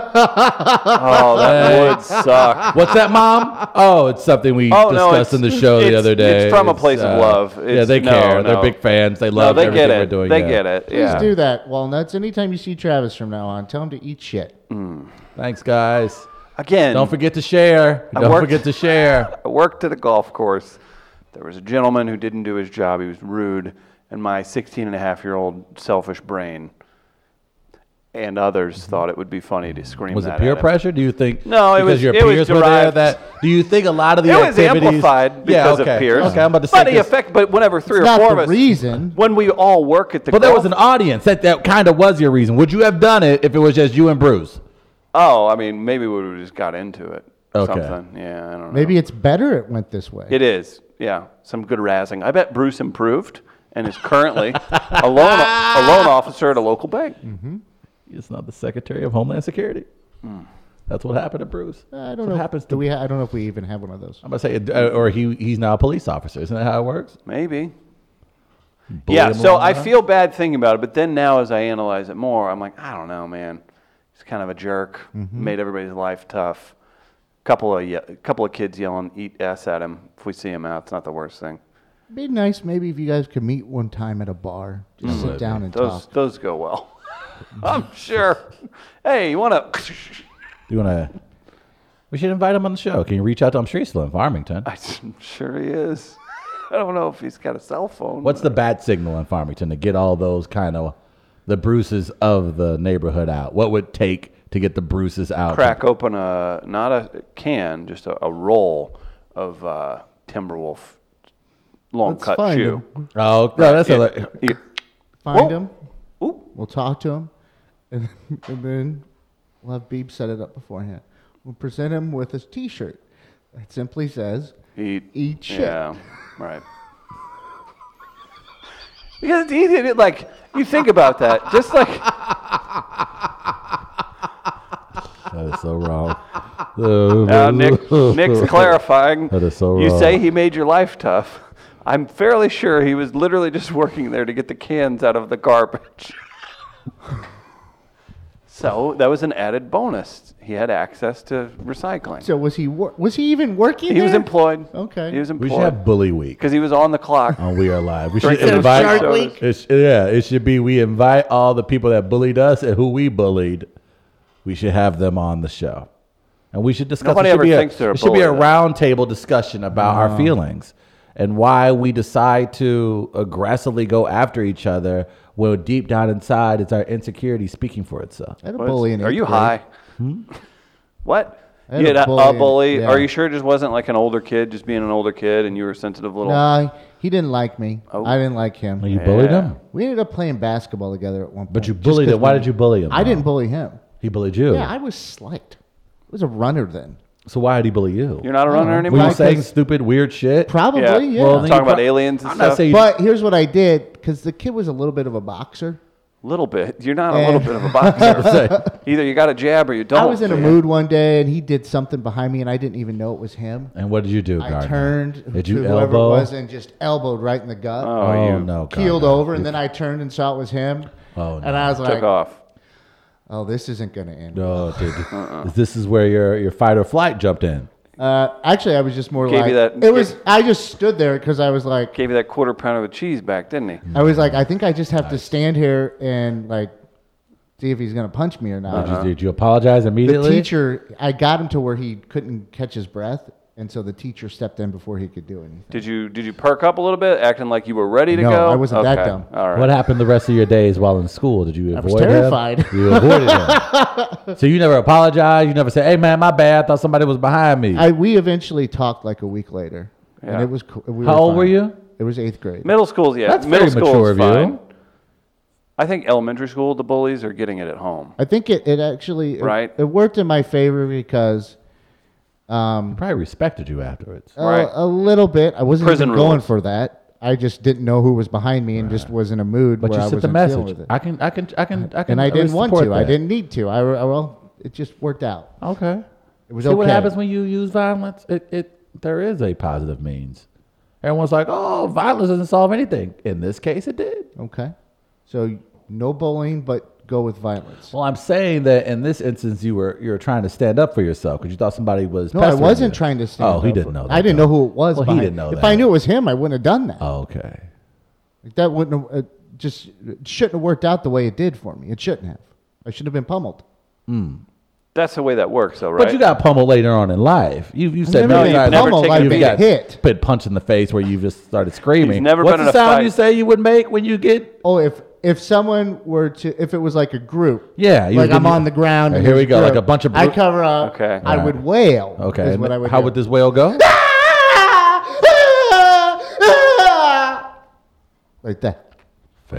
[SPEAKER 2] that would suck.
[SPEAKER 1] What's that, Mom? Oh, it's something we
[SPEAKER 2] Oh, no,
[SPEAKER 1] discussed in the
[SPEAKER 2] it's-
[SPEAKER 1] show the
[SPEAKER 2] it's-
[SPEAKER 1] other day. uh,
[SPEAKER 2] it's from a place of love.
[SPEAKER 1] yeah,
[SPEAKER 2] It's-
[SPEAKER 1] they
[SPEAKER 2] no,
[SPEAKER 1] care.
[SPEAKER 2] no.
[SPEAKER 1] They're big fans. They
[SPEAKER 2] No,
[SPEAKER 1] love
[SPEAKER 2] they
[SPEAKER 1] everything
[SPEAKER 2] get
[SPEAKER 1] we're
[SPEAKER 2] it.
[SPEAKER 1] doing.
[SPEAKER 2] They
[SPEAKER 1] yeah.
[SPEAKER 2] get it.
[SPEAKER 3] Please
[SPEAKER 2] Yeah.
[SPEAKER 3] do that, walnuts. Anytime you see Travis from now on, tell him to eat shit.
[SPEAKER 2] Mm-hmm.
[SPEAKER 1] Thanks, guys.
[SPEAKER 2] Again,
[SPEAKER 1] Don't forget to share.
[SPEAKER 2] I
[SPEAKER 1] Don't
[SPEAKER 2] worked-
[SPEAKER 1] forget to share.
[SPEAKER 2] I worked at a golf course. There was a gentleman who didn't do his job. He was rude. And my 16 and a half year old selfish brain and others thought it would be funny to scream
[SPEAKER 1] Was
[SPEAKER 2] that
[SPEAKER 1] it peer
[SPEAKER 2] at him.
[SPEAKER 1] pressure? Do you think?
[SPEAKER 2] No, it
[SPEAKER 1] because
[SPEAKER 2] was-
[SPEAKER 1] your
[SPEAKER 2] it was
[SPEAKER 1] peers were there.
[SPEAKER 2] derived-
[SPEAKER 1] That do you think a lot of the
[SPEAKER 2] It was
[SPEAKER 1] activities
[SPEAKER 2] amplified because
[SPEAKER 1] yeah, okay.
[SPEAKER 2] of peers.
[SPEAKER 1] Okay, I'm about to say
[SPEAKER 2] But the
[SPEAKER 1] 'cause-
[SPEAKER 2] effect, but whenever three
[SPEAKER 3] It's
[SPEAKER 2] or
[SPEAKER 3] not
[SPEAKER 2] four
[SPEAKER 3] the
[SPEAKER 2] of us,
[SPEAKER 3] reason.
[SPEAKER 2] when we all work at the
[SPEAKER 1] But there
[SPEAKER 2] golf
[SPEAKER 1] was an audience. That that kind of was your reason. Would you have done it if it was just you and Bruce?
[SPEAKER 2] Oh, I mean, maybe we would've just got into it. or
[SPEAKER 1] Okay.
[SPEAKER 2] Something. Yeah, I don't know.
[SPEAKER 3] Maybe it's better it went this way.
[SPEAKER 2] It is. Yeah, some good razzing. I bet Bruce improved and is currently a loan a loan officer at a local bank.
[SPEAKER 1] Hmm. It's not the Secretary of Homeland Security.
[SPEAKER 2] Hmm.
[SPEAKER 1] That's what happened to Bruce.
[SPEAKER 3] I
[SPEAKER 1] That's
[SPEAKER 3] don't
[SPEAKER 1] What
[SPEAKER 3] know.
[SPEAKER 1] happens
[SPEAKER 3] do
[SPEAKER 1] to?
[SPEAKER 3] we? Ha- I don't know if we even have one of those.
[SPEAKER 1] I'm gonna say, uh, or he he's now a police officer. Isn't that how it works?
[SPEAKER 2] Maybe.
[SPEAKER 1] Bully
[SPEAKER 2] yeah.
[SPEAKER 1] him
[SPEAKER 2] So
[SPEAKER 1] along
[SPEAKER 2] I
[SPEAKER 1] the line?
[SPEAKER 2] feel bad thinking about it, but then now as I analyze it more, I'm like, I don't know, man. He's kind of a jerk. Made everybody's life tough. Couple of ye- couple of kids yelling "eat s" at him. If we see him out, it's not the worst thing.
[SPEAKER 3] It'd be nice maybe if you guys could meet one time at a bar, just sit down and
[SPEAKER 2] Mm-hmm. Those
[SPEAKER 3] talk.
[SPEAKER 2] those go well. I'm sure. Hey, you want to?
[SPEAKER 1] Do you wanna? We should invite him on the show. Can you reach out to him? I'm sure he's still in Farmington.
[SPEAKER 2] I'm sure he is. I don't know if he's got a cell phone.
[SPEAKER 1] What's the bat signal in Farmington to get all those kind of the Bruces of the neighborhood out? What would it take to get the Bruces out?
[SPEAKER 2] crack open a not a can, just a, a roll of uh, Timberwolf long
[SPEAKER 3] Let's
[SPEAKER 2] cut
[SPEAKER 3] find
[SPEAKER 2] shoe.
[SPEAKER 3] him.
[SPEAKER 1] Oh no, that's
[SPEAKER 2] Yeah.
[SPEAKER 1] a, like,
[SPEAKER 2] You-
[SPEAKER 3] Find
[SPEAKER 2] Well-
[SPEAKER 3] him.
[SPEAKER 2] Ooh.
[SPEAKER 3] We'll talk to him, and, and then we'll have Beeb set it up beforehand. We'll present him with a T-shirt that simply says,
[SPEAKER 2] Eat,
[SPEAKER 3] Eat shit.
[SPEAKER 2] Yeah, right. because it's easy. To, like you think about that, just like
[SPEAKER 1] that is so wrong. Oh,
[SPEAKER 2] uh, Nick, Nick's clarifying.
[SPEAKER 1] That is so
[SPEAKER 2] You
[SPEAKER 1] wrong.
[SPEAKER 2] say he made your life tough. I'm fairly sure he was literally just working there to get the cans out of the garbage. so that was an added bonus. He had access to recycling.
[SPEAKER 3] "So was he wor- was he even working?
[SPEAKER 2] He was
[SPEAKER 3] there?
[SPEAKER 2] employed.
[SPEAKER 3] Okay.
[SPEAKER 2] He was
[SPEAKER 1] We should have Oh,
[SPEAKER 2] employed
[SPEAKER 1] Bully Week
[SPEAKER 2] because he was on the clock.
[SPEAKER 1] on We Are Live. We should
[SPEAKER 2] Drinking
[SPEAKER 1] invite.
[SPEAKER 2] Shark Week?
[SPEAKER 1] It sh- yeah, it should be we invite all the people that bullied us and who we bullied. We should have them on the show, and we should discuss.
[SPEAKER 2] Nobody
[SPEAKER 1] it should
[SPEAKER 2] ever
[SPEAKER 1] be
[SPEAKER 2] thinks
[SPEAKER 1] a,
[SPEAKER 2] they're a
[SPEAKER 1] It should be a
[SPEAKER 2] bully, though.
[SPEAKER 1] roundtable discussion about our feelings and why we decide to aggressively go after each other. Well, deep down inside, it's our insecurity speaking for itself.
[SPEAKER 3] I had a
[SPEAKER 2] What's-
[SPEAKER 3] bully in
[SPEAKER 2] Are
[SPEAKER 3] eighth
[SPEAKER 2] you
[SPEAKER 3] grade.
[SPEAKER 2] high? what?
[SPEAKER 3] Hmm? I
[SPEAKER 2] You
[SPEAKER 3] had
[SPEAKER 2] had
[SPEAKER 3] a
[SPEAKER 2] a a bully.
[SPEAKER 3] bully, yeah.
[SPEAKER 2] Are you sure it just wasn't like an older kid, just being an older kid, and you were a sensitive little?
[SPEAKER 3] No, he didn't like me.
[SPEAKER 2] Oh.
[SPEAKER 3] I didn't like him.
[SPEAKER 1] You bullied
[SPEAKER 2] Yeah.
[SPEAKER 1] him,
[SPEAKER 3] We ended up playing basketball together at one point.
[SPEAKER 1] but you
[SPEAKER 3] just
[SPEAKER 1] bullied
[SPEAKER 3] 'cause
[SPEAKER 1] him. Why
[SPEAKER 3] we-
[SPEAKER 1] did you bully him?
[SPEAKER 3] I
[SPEAKER 1] though?
[SPEAKER 3] didn't bully him.
[SPEAKER 1] He bullied you.
[SPEAKER 3] Yeah, I was slight. I was a runner then.
[SPEAKER 1] so why did he bully you?
[SPEAKER 2] You're not a runner anymore.
[SPEAKER 1] Were you
[SPEAKER 3] Because-
[SPEAKER 1] saying stupid, weird shit?
[SPEAKER 3] Probably,
[SPEAKER 2] Yeah.
[SPEAKER 3] yeah.
[SPEAKER 1] Well, then
[SPEAKER 2] Talking
[SPEAKER 1] you
[SPEAKER 2] about
[SPEAKER 1] prob-
[SPEAKER 2] aliens and
[SPEAKER 1] I'm
[SPEAKER 2] stuff.
[SPEAKER 1] not saying
[SPEAKER 3] but here's what I did because the kid was a little bit of a boxer.
[SPEAKER 2] little bit. You're not a
[SPEAKER 3] Eh.
[SPEAKER 2] little bit of a boxer.
[SPEAKER 1] say,
[SPEAKER 2] Either you got a jab or you don't.
[SPEAKER 3] I was in a
[SPEAKER 2] man.
[SPEAKER 3] mood one day and he did something behind me and I didn't even know it was him.
[SPEAKER 1] And what did you do, Gardner?
[SPEAKER 3] I turned
[SPEAKER 1] Did
[SPEAKER 3] to
[SPEAKER 1] you
[SPEAKER 3] whoever
[SPEAKER 1] elbow?
[SPEAKER 3] it was and just elbowed right in the gut.
[SPEAKER 2] Oh,
[SPEAKER 1] Oh,
[SPEAKER 2] you
[SPEAKER 1] no,
[SPEAKER 3] keeled
[SPEAKER 1] Gardner.
[SPEAKER 3] over and then I turned and saw it was him.
[SPEAKER 1] Oh, no.
[SPEAKER 3] And I was
[SPEAKER 2] took
[SPEAKER 3] like,
[SPEAKER 2] off.
[SPEAKER 3] oh, this isn't going to end.
[SPEAKER 1] No, dude.
[SPEAKER 2] Uh-uh.
[SPEAKER 1] This is where your your fight or flight jumped in.
[SPEAKER 3] Uh, actually, I was just more
[SPEAKER 2] Gave
[SPEAKER 3] like,
[SPEAKER 2] you that-
[SPEAKER 3] it was, I just stood there because I was like,
[SPEAKER 2] Gave you that quarter pound of a cheese back, didn't he?
[SPEAKER 3] I was like, I think I just have to stand here and like see if he's gonna punch me or not.
[SPEAKER 2] Uh-huh.
[SPEAKER 1] Did, you, did you apologize
[SPEAKER 3] The
[SPEAKER 1] immediately?
[SPEAKER 3] teacher, I got him to where he couldn't catch his breath, And so the teacher stepped in before he could do anything.
[SPEAKER 2] Did you did you perk up a little bit, acting like you were ready to
[SPEAKER 3] No,
[SPEAKER 2] go?
[SPEAKER 3] I wasn't that
[SPEAKER 2] Okay.
[SPEAKER 3] dumb.
[SPEAKER 2] All right.
[SPEAKER 1] What happened the rest of your days while in school? Did you avoid
[SPEAKER 3] I was terrified.
[SPEAKER 1] him? You avoided him. so you never apologized. You never said, "Hey, man, my bad. I thought somebody was behind me."
[SPEAKER 3] I we eventually talked like a week later,
[SPEAKER 2] Yeah.
[SPEAKER 3] and it was cool. We
[SPEAKER 1] How old
[SPEAKER 3] fine.
[SPEAKER 1] were you?
[SPEAKER 3] It was eighth grade.
[SPEAKER 2] Middle school's yeah.
[SPEAKER 1] That's
[SPEAKER 2] middle
[SPEAKER 1] very
[SPEAKER 2] school
[SPEAKER 1] mature
[SPEAKER 2] is
[SPEAKER 1] of you.
[SPEAKER 2] fine. I think elementary school the bullies are getting it at home.
[SPEAKER 3] I think it, it actually it-
[SPEAKER 2] Right.
[SPEAKER 3] It, worked in my favor because
[SPEAKER 1] He probably respected you afterwards.
[SPEAKER 3] a,
[SPEAKER 2] Right.
[SPEAKER 3] a little bit I wasn't
[SPEAKER 2] Prison
[SPEAKER 3] even going
[SPEAKER 2] rules.
[SPEAKER 3] for that. I just didn't know who was behind me and just was in a mood
[SPEAKER 1] But
[SPEAKER 3] where I
[SPEAKER 1] you sent the
[SPEAKER 3] wasn't dealing
[SPEAKER 1] message.
[SPEAKER 3] with it.
[SPEAKER 1] I can, I can, I can, I can.
[SPEAKER 3] and I
[SPEAKER 1] at
[SPEAKER 3] didn't
[SPEAKER 1] least
[SPEAKER 3] want to.
[SPEAKER 1] support
[SPEAKER 3] I
[SPEAKER 1] that.
[SPEAKER 3] didn't need to. I, I well, it just worked out.
[SPEAKER 1] Okay.
[SPEAKER 3] It was
[SPEAKER 1] See
[SPEAKER 3] okay.
[SPEAKER 1] what happens when you use violence? It, it, there is a positive means. Everyone's like, "Oh, violence doesn't solve anything." In this case, it did.
[SPEAKER 3] Okay, so no bullying, but go with violence.
[SPEAKER 1] Well, I'm saying that in this instance, you were you were trying to stand up for yourself because you thought somebody was.
[SPEAKER 3] No, I
[SPEAKER 1] pestering
[SPEAKER 3] wasn't
[SPEAKER 1] you.
[SPEAKER 3] trying to stand.
[SPEAKER 1] Oh, he
[SPEAKER 3] up
[SPEAKER 1] didn't
[SPEAKER 3] for-
[SPEAKER 1] know. That,
[SPEAKER 3] I didn't
[SPEAKER 1] though.
[SPEAKER 3] know who it was.
[SPEAKER 1] Well, he
[SPEAKER 3] behind-
[SPEAKER 1] didn't know
[SPEAKER 3] If
[SPEAKER 1] that. Oh,
[SPEAKER 3] I knew it was him, I wouldn't have done that.
[SPEAKER 1] Okay.
[SPEAKER 3] Like, that wouldn't have, it just it shouldn't have worked out the way it did for me. It shouldn't have. I should have been pummeled.
[SPEAKER 2] That's the way that works, though, right?
[SPEAKER 1] But you got pummeled later on in life. You you said
[SPEAKER 3] never
[SPEAKER 1] many
[SPEAKER 2] been
[SPEAKER 1] times
[SPEAKER 2] pummeled,
[SPEAKER 1] you've
[SPEAKER 2] I've been
[SPEAKER 1] got
[SPEAKER 3] hit.
[SPEAKER 1] been punched in the face where you just started screaming.
[SPEAKER 2] You've never
[SPEAKER 1] What's
[SPEAKER 2] been
[SPEAKER 1] the
[SPEAKER 2] in a
[SPEAKER 1] sound
[SPEAKER 2] fight.
[SPEAKER 1] you say you would make when you get?
[SPEAKER 3] Oh, if if someone were to, if it was like a group,
[SPEAKER 1] Yeah, you
[SPEAKER 3] like
[SPEAKER 1] would-
[SPEAKER 3] I'm on the ground.
[SPEAKER 1] Uh,
[SPEAKER 3] and
[SPEAKER 1] here
[SPEAKER 3] there's
[SPEAKER 1] we go, like
[SPEAKER 3] group,
[SPEAKER 1] a bunch of
[SPEAKER 3] I
[SPEAKER 1] bru-
[SPEAKER 3] cover up.
[SPEAKER 2] Okay.
[SPEAKER 3] I would wail.
[SPEAKER 1] Okay.
[SPEAKER 3] is what I would.
[SPEAKER 1] How
[SPEAKER 3] do.
[SPEAKER 1] would this whale go?
[SPEAKER 3] Like that. That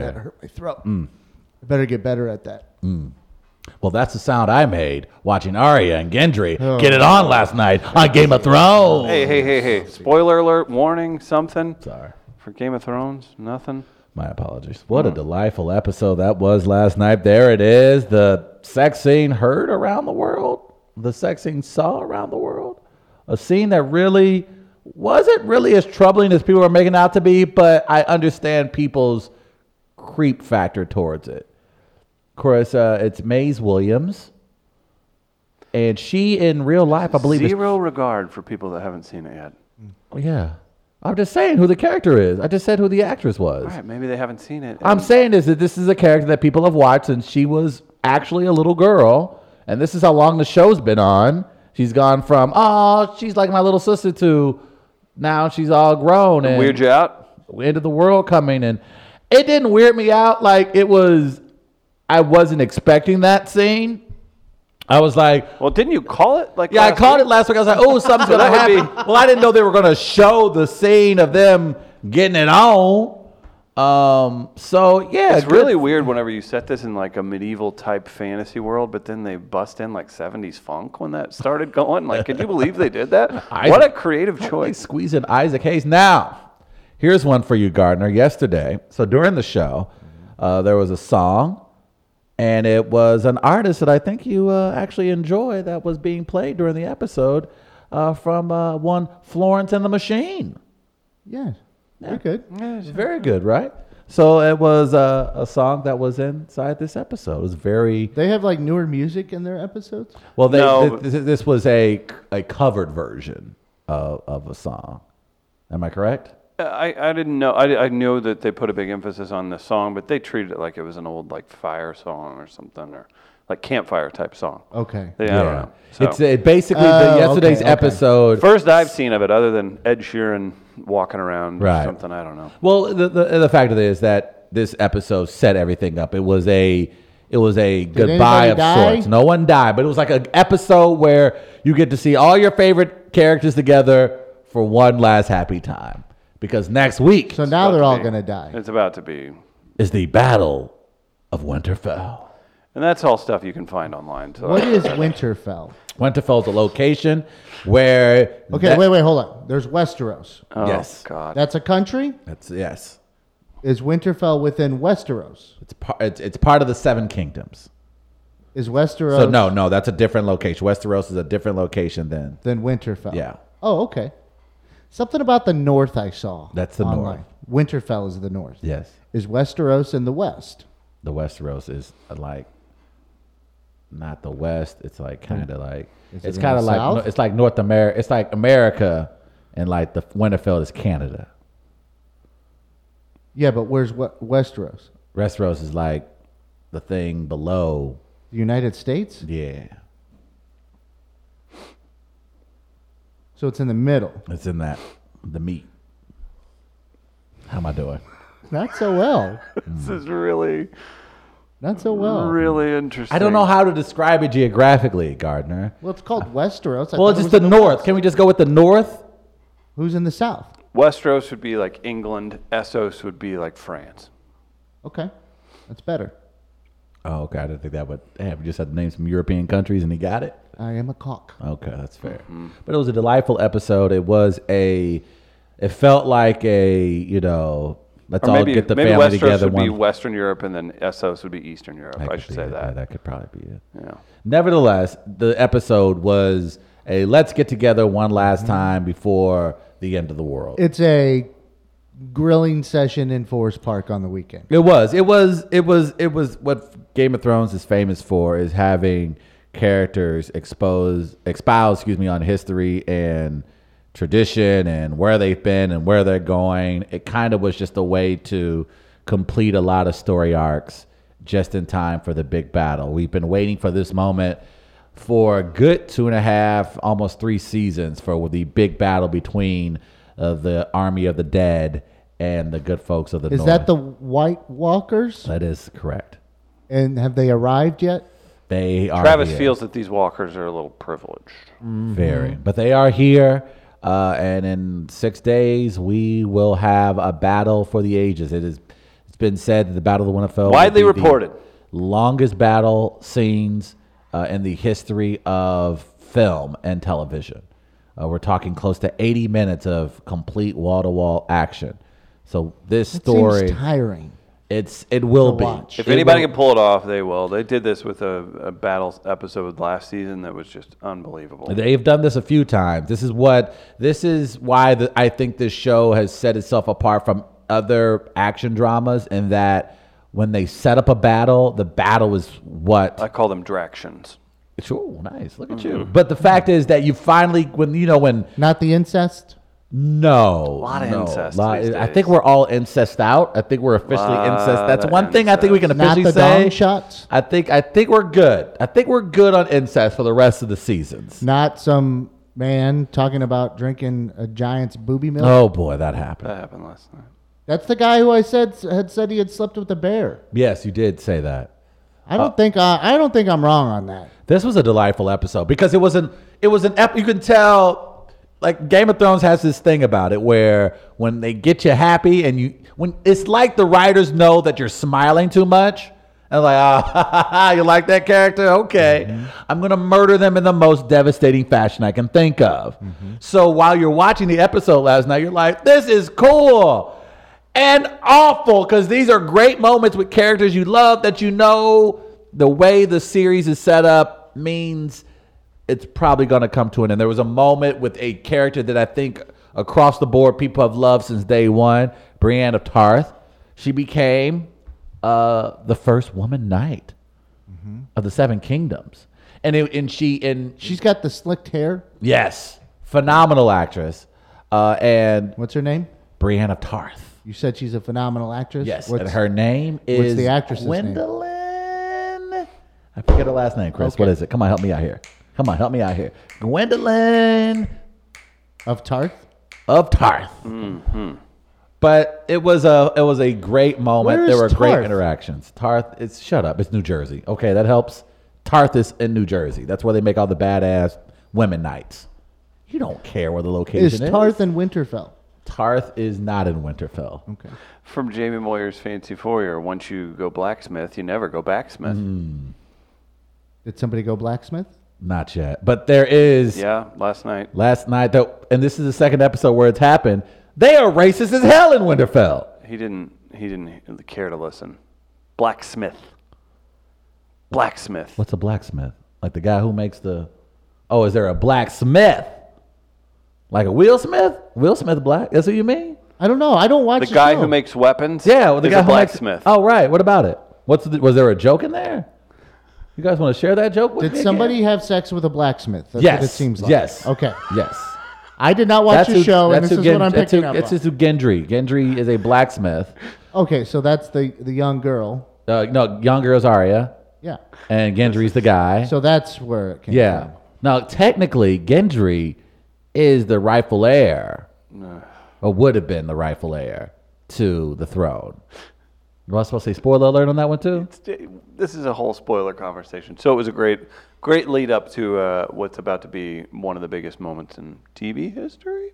[SPEAKER 1] Fair.
[SPEAKER 3] hurt my throat.
[SPEAKER 1] Mm.
[SPEAKER 3] I better get better at that.
[SPEAKER 1] Well, that's the sound I made watching Arya and Gendry
[SPEAKER 3] Oh.
[SPEAKER 1] get it on last night on Game of Thrones.
[SPEAKER 2] hey, hey, hey, hey! Spoiler alert! Warning! Something
[SPEAKER 1] Sorry.
[SPEAKER 2] for Game of Thrones? Nothing.
[SPEAKER 1] My apologies. What
[SPEAKER 2] Hmm.
[SPEAKER 1] a delightful episode that was last night. There it is. The sex scene heard around the world, the sex scene saw around the world. A scene that really wasn't really as troubling as people are making out to be, but I understand people's creep factor towards it. Of course, uh, it's Maze Williams. And she, in real life, I believe, is
[SPEAKER 2] Zero regard for people that haven't seen it yet.
[SPEAKER 1] Well, Yeah. I'm just saying who the character is. I just said who the actress was.
[SPEAKER 2] All right, maybe they haven't seen it.
[SPEAKER 1] I'm
[SPEAKER 2] and-
[SPEAKER 1] saying is that this is a character that people have watched, and she was actually a little girl, and this is how long the show's been on. She's gone from oh, she's like my little sister to now she's all grown and
[SPEAKER 2] weird you out.
[SPEAKER 1] end of the world coming, and it didn't weird me out. Like it was, I wasn't expecting that scene. I was like,
[SPEAKER 2] Well, didn't you call it? Like
[SPEAKER 1] yeah, I
[SPEAKER 2] last
[SPEAKER 1] called
[SPEAKER 2] week?
[SPEAKER 1] it last week. I was like, oh, something's going to
[SPEAKER 2] that would
[SPEAKER 1] happen. Well, I didn't know they were going to show the scene of them getting it on. Um, so, yeah.
[SPEAKER 2] It's
[SPEAKER 1] good-
[SPEAKER 2] really weird whenever you set this in like a medieval type fantasy world, but then they bust in like 70s funk when that started going. Like, could you believe they did that?
[SPEAKER 1] I-
[SPEAKER 2] what a creative
[SPEAKER 1] Boy,
[SPEAKER 2] choice.
[SPEAKER 1] squeezing Isaac Hayes. Now, here's one for you, Gardner. Yesterday, so during the show, uh, there was a song, and it was an artist that I think you uh, actually enjoy that was being played during the episode uh, from uh, one Florence and the Machine.
[SPEAKER 3] Yeah. We're good.
[SPEAKER 1] It's very good, right? So it was uh, a song that was inside this episode. It was very
[SPEAKER 3] They have like newer music in their episodes.
[SPEAKER 1] well. They,
[SPEAKER 2] No,
[SPEAKER 1] thi-
[SPEAKER 2] but-
[SPEAKER 1] this, this was a a covered version of, of a song. Am I correct?
[SPEAKER 2] I, I didn't know. I, I knew that they put a big emphasis on the song, but they treated it like it was an old like fire song or something or like campfire type song.
[SPEAKER 3] Okay.
[SPEAKER 2] They, I don't know. So,
[SPEAKER 1] It's it basically
[SPEAKER 3] Oh,
[SPEAKER 1] the yesterday's
[SPEAKER 3] okay, okay.
[SPEAKER 1] episode.
[SPEAKER 2] first I've seen of it other than Ed Sheeran walking around
[SPEAKER 1] Right.
[SPEAKER 2] or something. I don't know.
[SPEAKER 1] Well, the, the the fact of it is that this episode set everything up. It was a it was a goodbye
[SPEAKER 3] anybody
[SPEAKER 1] of
[SPEAKER 3] die?
[SPEAKER 1] sorts. No one died, but it was like an episode where you get to see all your favorite characters together for one last happy time. Because next week
[SPEAKER 3] So now they're
[SPEAKER 2] About
[SPEAKER 3] all
[SPEAKER 2] be.
[SPEAKER 3] gonna die.
[SPEAKER 2] It's about to be.
[SPEAKER 1] is the Battle of Winterfell.
[SPEAKER 2] And that's all stuff you can find online. So
[SPEAKER 3] What is Winterfell?
[SPEAKER 1] Winterfell's a location where
[SPEAKER 3] Okay,
[SPEAKER 1] that-
[SPEAKER 3] wait, wait, hold on. There's Westeros.
[SPEAKER 2] oh,
[SPEAKER 1] yes.
[SPEAKER 2] God.
[SPEAKER 3] That's a country.
[SPEAKER 1] That's yes.
[SPEAKER 3] Is Winterfell within Westeros?
[SPEAKER 1] It's part it's, it's part of the Seven Kingdoms.
[SPEAKER 3] Is Westeros
[SPEAKER 1] So no, no, that's a different location. Westeros is a different location than
[SPEAKER 3] than Winterfell?
[SPEAKER 1] yeah.
[SPEAKER 3] Oh, okay. Something about the north I saw.
[SPEAKER 1] That's the
[SPEAKER 3] online. Winterfell is the north.
[SPEAKER 1] Yes.
[SPEAKER 3] Is Westeros in the west?
[SPEAKER 1] The Westeros is uh, like not the West. It's like kind of like
[SPEAKER 3] Hmm. Is it
[SPEAKER 1] it's
[SPEAKER 3] in
[SPEAKER 1] kind of
[SPEAKER 3] the
[SPEAKER 1] like
[SPEAKER 3] South?
[SPEAKER 1] no- it's like North America. It's like America, and like the Winterfell is Canada.
[SPEAKER 3] Yeah, but where's we- Westeros?
[SPEAKER 1] Westeros is like the thing below.
[SPEAKER 3] The United States?
[SPEAKER 1] Yeah.
[SPEAKER 3] So it's in the middle.
[SPEAKER 1] It's in that the meat. How am I doing?
[SPEAKER 3] Not so well.
[SPEAKER 2] This is really,
[SPEAKER 3] Not so well.
[SPEAKER 2] really interesting.
[SPEAKER 1] Oh. I don't know how to describe it geographically, Gardner.
[SPEAKER 3] Well, it's called Westeros. I
[SPEAKER 1] Well,
[SPEAKER 3] thought
[SPEAKER 1] it's
[SPEAKER 3] it
[SPEAKER 1] just the
[SPEAKER 3] was in
[SPEAKER 1] north. Can we just go with the north?
[SPEAKER 3] Who's in the south?
[SPEAKER 2] Westeros would be like England. Essos would be like France.
[SPEAKER 3] Okay, that's better.
[SPEAKER 1] Oh, okay. I didn't think that would. Damn, you just had to name some European countries and he got it?
[SPEAKER 3] I am a cock.
[SPEAKER 1] Okay, that's fair.
[SPEAKER 2] Mm-hmm.
[SPEAKER 1] But it was a delightful episode. It was a. It felt like a, you know, let's
[SPEAKER 2] Or
[SPEAKER 1] all
[SPEAKER 2] maybe
[SPEAKER 1] get the
[SPEAKER 2] maybe
[SPEAKER 1] family
[SPEAKER 2] Westeros
[SPEAKER 1] together
[SPEAKER 2] would
[SPEAKER 1] one
[SPEAKER 2] be Western Europe, and then Essos would be Eastern Europe. I
[SPEAKER 1] could
[SPEAKER 2] should
[SPEAKER 1] be
[SPEAKER 2] say
[SPEAKER 1] it. Yeah,
[SPEAKER 2] that.
[SPEAKER 1] that could probably be it.
[SPEAKER 2] Yeah.
[SPEAKER 1] Nevertheless, the episode was a let's get together one last
[SPEAKER 2] Mm-hmm.
[SPEAKER 1] time before the end of the world. It,
[SPEAKER 3] It's a grilling session in Forest Park on the weekend.
[SPEAKER 1] was. It was. It was. It was what Game of Thrones is famous for is having characters exposed, expound, excuse me, on history and tradition and where they've been and where they're going. It kind of was just a way to complete a lot of story arcs just in time for the big battle. We've been waiting for this moment for a good two and a half, almost three seasons for the big battle between uh, the army of the dead and the good folks of the
[SPEAKER 3] Is
[SPEAKER 1] north.
[SPEAKER 3] that the White Walkers?
[SPEAKER 1] that is correct.
[SPEAKER 3] And have they arrived yet?
[SPEAKER 1] They are
[SPEAKER 2] Travis
[SPEAKER 1] here.
[SPEAKER 2] feels that these walkers are a little privileged.
[SPEAKER 1] very,
[SPEAKER 2] Mm-hmm.
[SPEAKER 1] but they are here. Uh, and in six days, we will have a battle for the ages. It is. It's been said that the Battle of the Winterfell will
[SPEAKER 2] Widely
[SPEAKER 1] be the
[SPEAKER 2] reported.
[SPEAKER 1] longest battle scenes uh, in the history of film and television. Uh, we're talking close to 80 minutes of complete wall-to-wall action. So this
[SPEAKER 3] It
[SPEAKER 1] story,
[SPEAKER 3] seems tiring.
[SPEAKER 1] it's it will
[SPEAKER 3] to
[SPEAKER 1] be.
[SPEAKER 3] watch.
[SPEAKER 2] If
[SPEAKER 1] It
[SPEAKER 2] anybody
[SPEAKER 1] will-
[SPEAKER 2] can pull it off, they will. They did this with a, a battle episode last season that was just unbelievable.
[SPEAKER 1] They've done this a few times. This is what this is why the, I think this show has set itself apart from other action dramas in that when they set up a battle, the battle is what
[SPEAKER 2] I call them Dractions.
[SPEAKER 1] Sure, nice. Look at
[SPEAKER 2] Mm-hmm.
[SPEAKER 1] you. But the fact is that you finally when you know when
[SPEAKER 3] Not the incest?
[SPEAKER 1] no, a
[SPEAKER 2] Lot of incest these
[SPEAKER 1] I
[SPEAKER 2] days.
[SPEAKER 1] think we're all incest out. I think we're officially
[SPEAKER 2] Lot
[SPEAKER 1] incest. That's
[SPEAKER 2] of
[SPEAKER 1] one thing I think we can
[SPEAKER 3] Not
[SPEAKER 1] officially
[SPEAKER 3] the
[SPEAKER 1] say.
[SPEAKER 3] dong shots?
[SPEAKER 1] I think I think we're good. I think we're good on incest for the rest of the seasons.
[SPEAKER 3] Not some man talking about drinking a giant's booby milk?
[SPEAKER 1] Oh boy, that happened.
[SPEAKER 2] That happened last night.
[SPEAKER 3] That's the guy who I said had said he had slept with a bear.
[SPEAKER 1] Yes, you did say that.
[SPEAKER 3] I
[SPEAKER 1] Uh.
[SPEAKER 3] don't think I, I don't think I'm wrong on that.
[SPEAKER 1] This was a delightful episode because it wasn't. It was an. Ep- you can tell, like Game of Thrones has this thing about it where when they get you happy and you when it's like the writers know that you're smiling too much and like ah you like that character okay I'm gonna murder them in the most devastating fashion I can think of. So while you're watching the episode last night, you're like this is cool and awful because these are great moments with characters you love that you know the way the series is set up means it's probably going to come to an end. There was a moment with a character that I think across the board people have loved since day one, Brienne of Tarth. She became uh, the first woman knight of the Seven Kingdoms, and it, and she and
[SPEAKER 3] She's got the slicked hair.
[SPEAKER 1] yes, phenomenal actress, uh, and
[SPEAKER 3] What's her name?
[SPEAKER 1] Brienne of Tarth.
[SPEAKER 3] You said she's a phenomenal actress.
[SPEAKER 1] Yes,
[SPEAKER 3] What's
[SPEAKER 1] and her name is
[SPEAKER 3] the actress's name?
[SPEAKER 1] Gwendolyn. I forget her last name, Chris. What
[SPEAKER 3] Okay.
[SPEAKER 1] is it? Come on, help me out here. Come on, help me out here. Gwendolyn
[SPEAKER 3] of Tarth?
[SPEAKER 1] of Tarth. But it was a it was a great moment.
[SPEAKER 3] Where
[SPEAKER 1] there
[SPEAKER 3] is
[SPEAKER 1] were great
[SPEAKER 3] Tarth?
[SPEAKER 1] interactions. Tarth, it's shut up. It's New Jersey. Okay, that helps. Tarth is in New Jersey. That's where they make all the badass women nights. You don't care where the location
[SPEAKER 3] Is
[SPEAKER 1] is.
[SPEAKER 3] Tarth in Winterfell?
[SPEAKER 1] Tarth is not in Winterfell.
[SPEAKER 3] Okay.
[SPEAKER 2] From Jamie Moyer's Fancy Foyer, once you go blacksmith, you never go backsmith.
[SPEAKER 1] Mm-hmm.
[SPEAKER 3] Did somebody go blacksmith?
[SPEAKER 1] Not yet. But there is
[SPEAKER 2] Yeah, last night.
[SPEAKER 1] last night though and this is the second episode where it's happened they are racist as hell in winterfell
[SPEAKER 2] He didn't. He didn't care to listen. Blacksmith. Blacksmith.
[SPEAKER 1] what's a blacksmith like the guy who makes the oh is there a blacksmith like a will smith will smith black that's what you mean
[SPEAKER 3] I don't know. I don't watch
[SPEAKER 2] The
[SPEAKER 3] the
[SPEAKER 2] guy who
[SPEAKER 3] show.
[SPEAKER 2] makes weapons.
[SPEAKER 1] yeah well, the
[SPEAKER 2] is
[SPEAKER 1] guy
[SPEAKER 2] a
[SPEAKER 1] who makes-
[SPEAKER 2] blacksmith.
[SPEAKER 1] oh right what about it what's the, was there a joke in there you guys want to share that joke with
[SPEAKER 3] Did
[SPEAKER 1] me again?
[SPEAKER 3] somebody have sex with a blacksmith? That's
[SPEAKER 1] yes
[SPEAKER 3] what it seems like.
[SPEAKER 1] yes
[SPEAKER 3] Okay.
[SPEAKER 1] yes
[SPEAKER 3] I did not watch
[SPEAKER 1] that's
[SPEAKER 3] the
[SPEAKER 1] who,
[SPEAKER 3] show, and
[SPEAKER 1] that's
[SPEAKER 3] this
[SPEAKER 1] who
[SPEAKER 3] is
[SPEAKER 1] Gen-
[SPEAKER 3] what I'm
[SPEAKER 1] that's
[SPEAKER 3] picking
[SPEAKER 1] who,
[SPEAKER 3] up
[SPEAKER 1] that's
[SPEAKER 3] on.
[SPEAKER 1] who gendry gendry is a blacksmith
[SPEAKER 3] Okay, so that's the the young girl.
[SPEAKER 1] uh, no young girl's aria
[SPEAKER 3] Yeah.
[SPEAKER 1] and gendry's the guy
[SPEAKER 3] So that's where it came
[SPEAKER 1] Yeah. Now, technically, Gendry is the rightful heir, or would have been the rightful heir to the throne. Am I supposed to say spoiler alert on that one too?
[SPEAKER 2] This is a whole spoiler conversation. So it was a great, great lead up to uh, what's about to be one of the biggest moments in TV history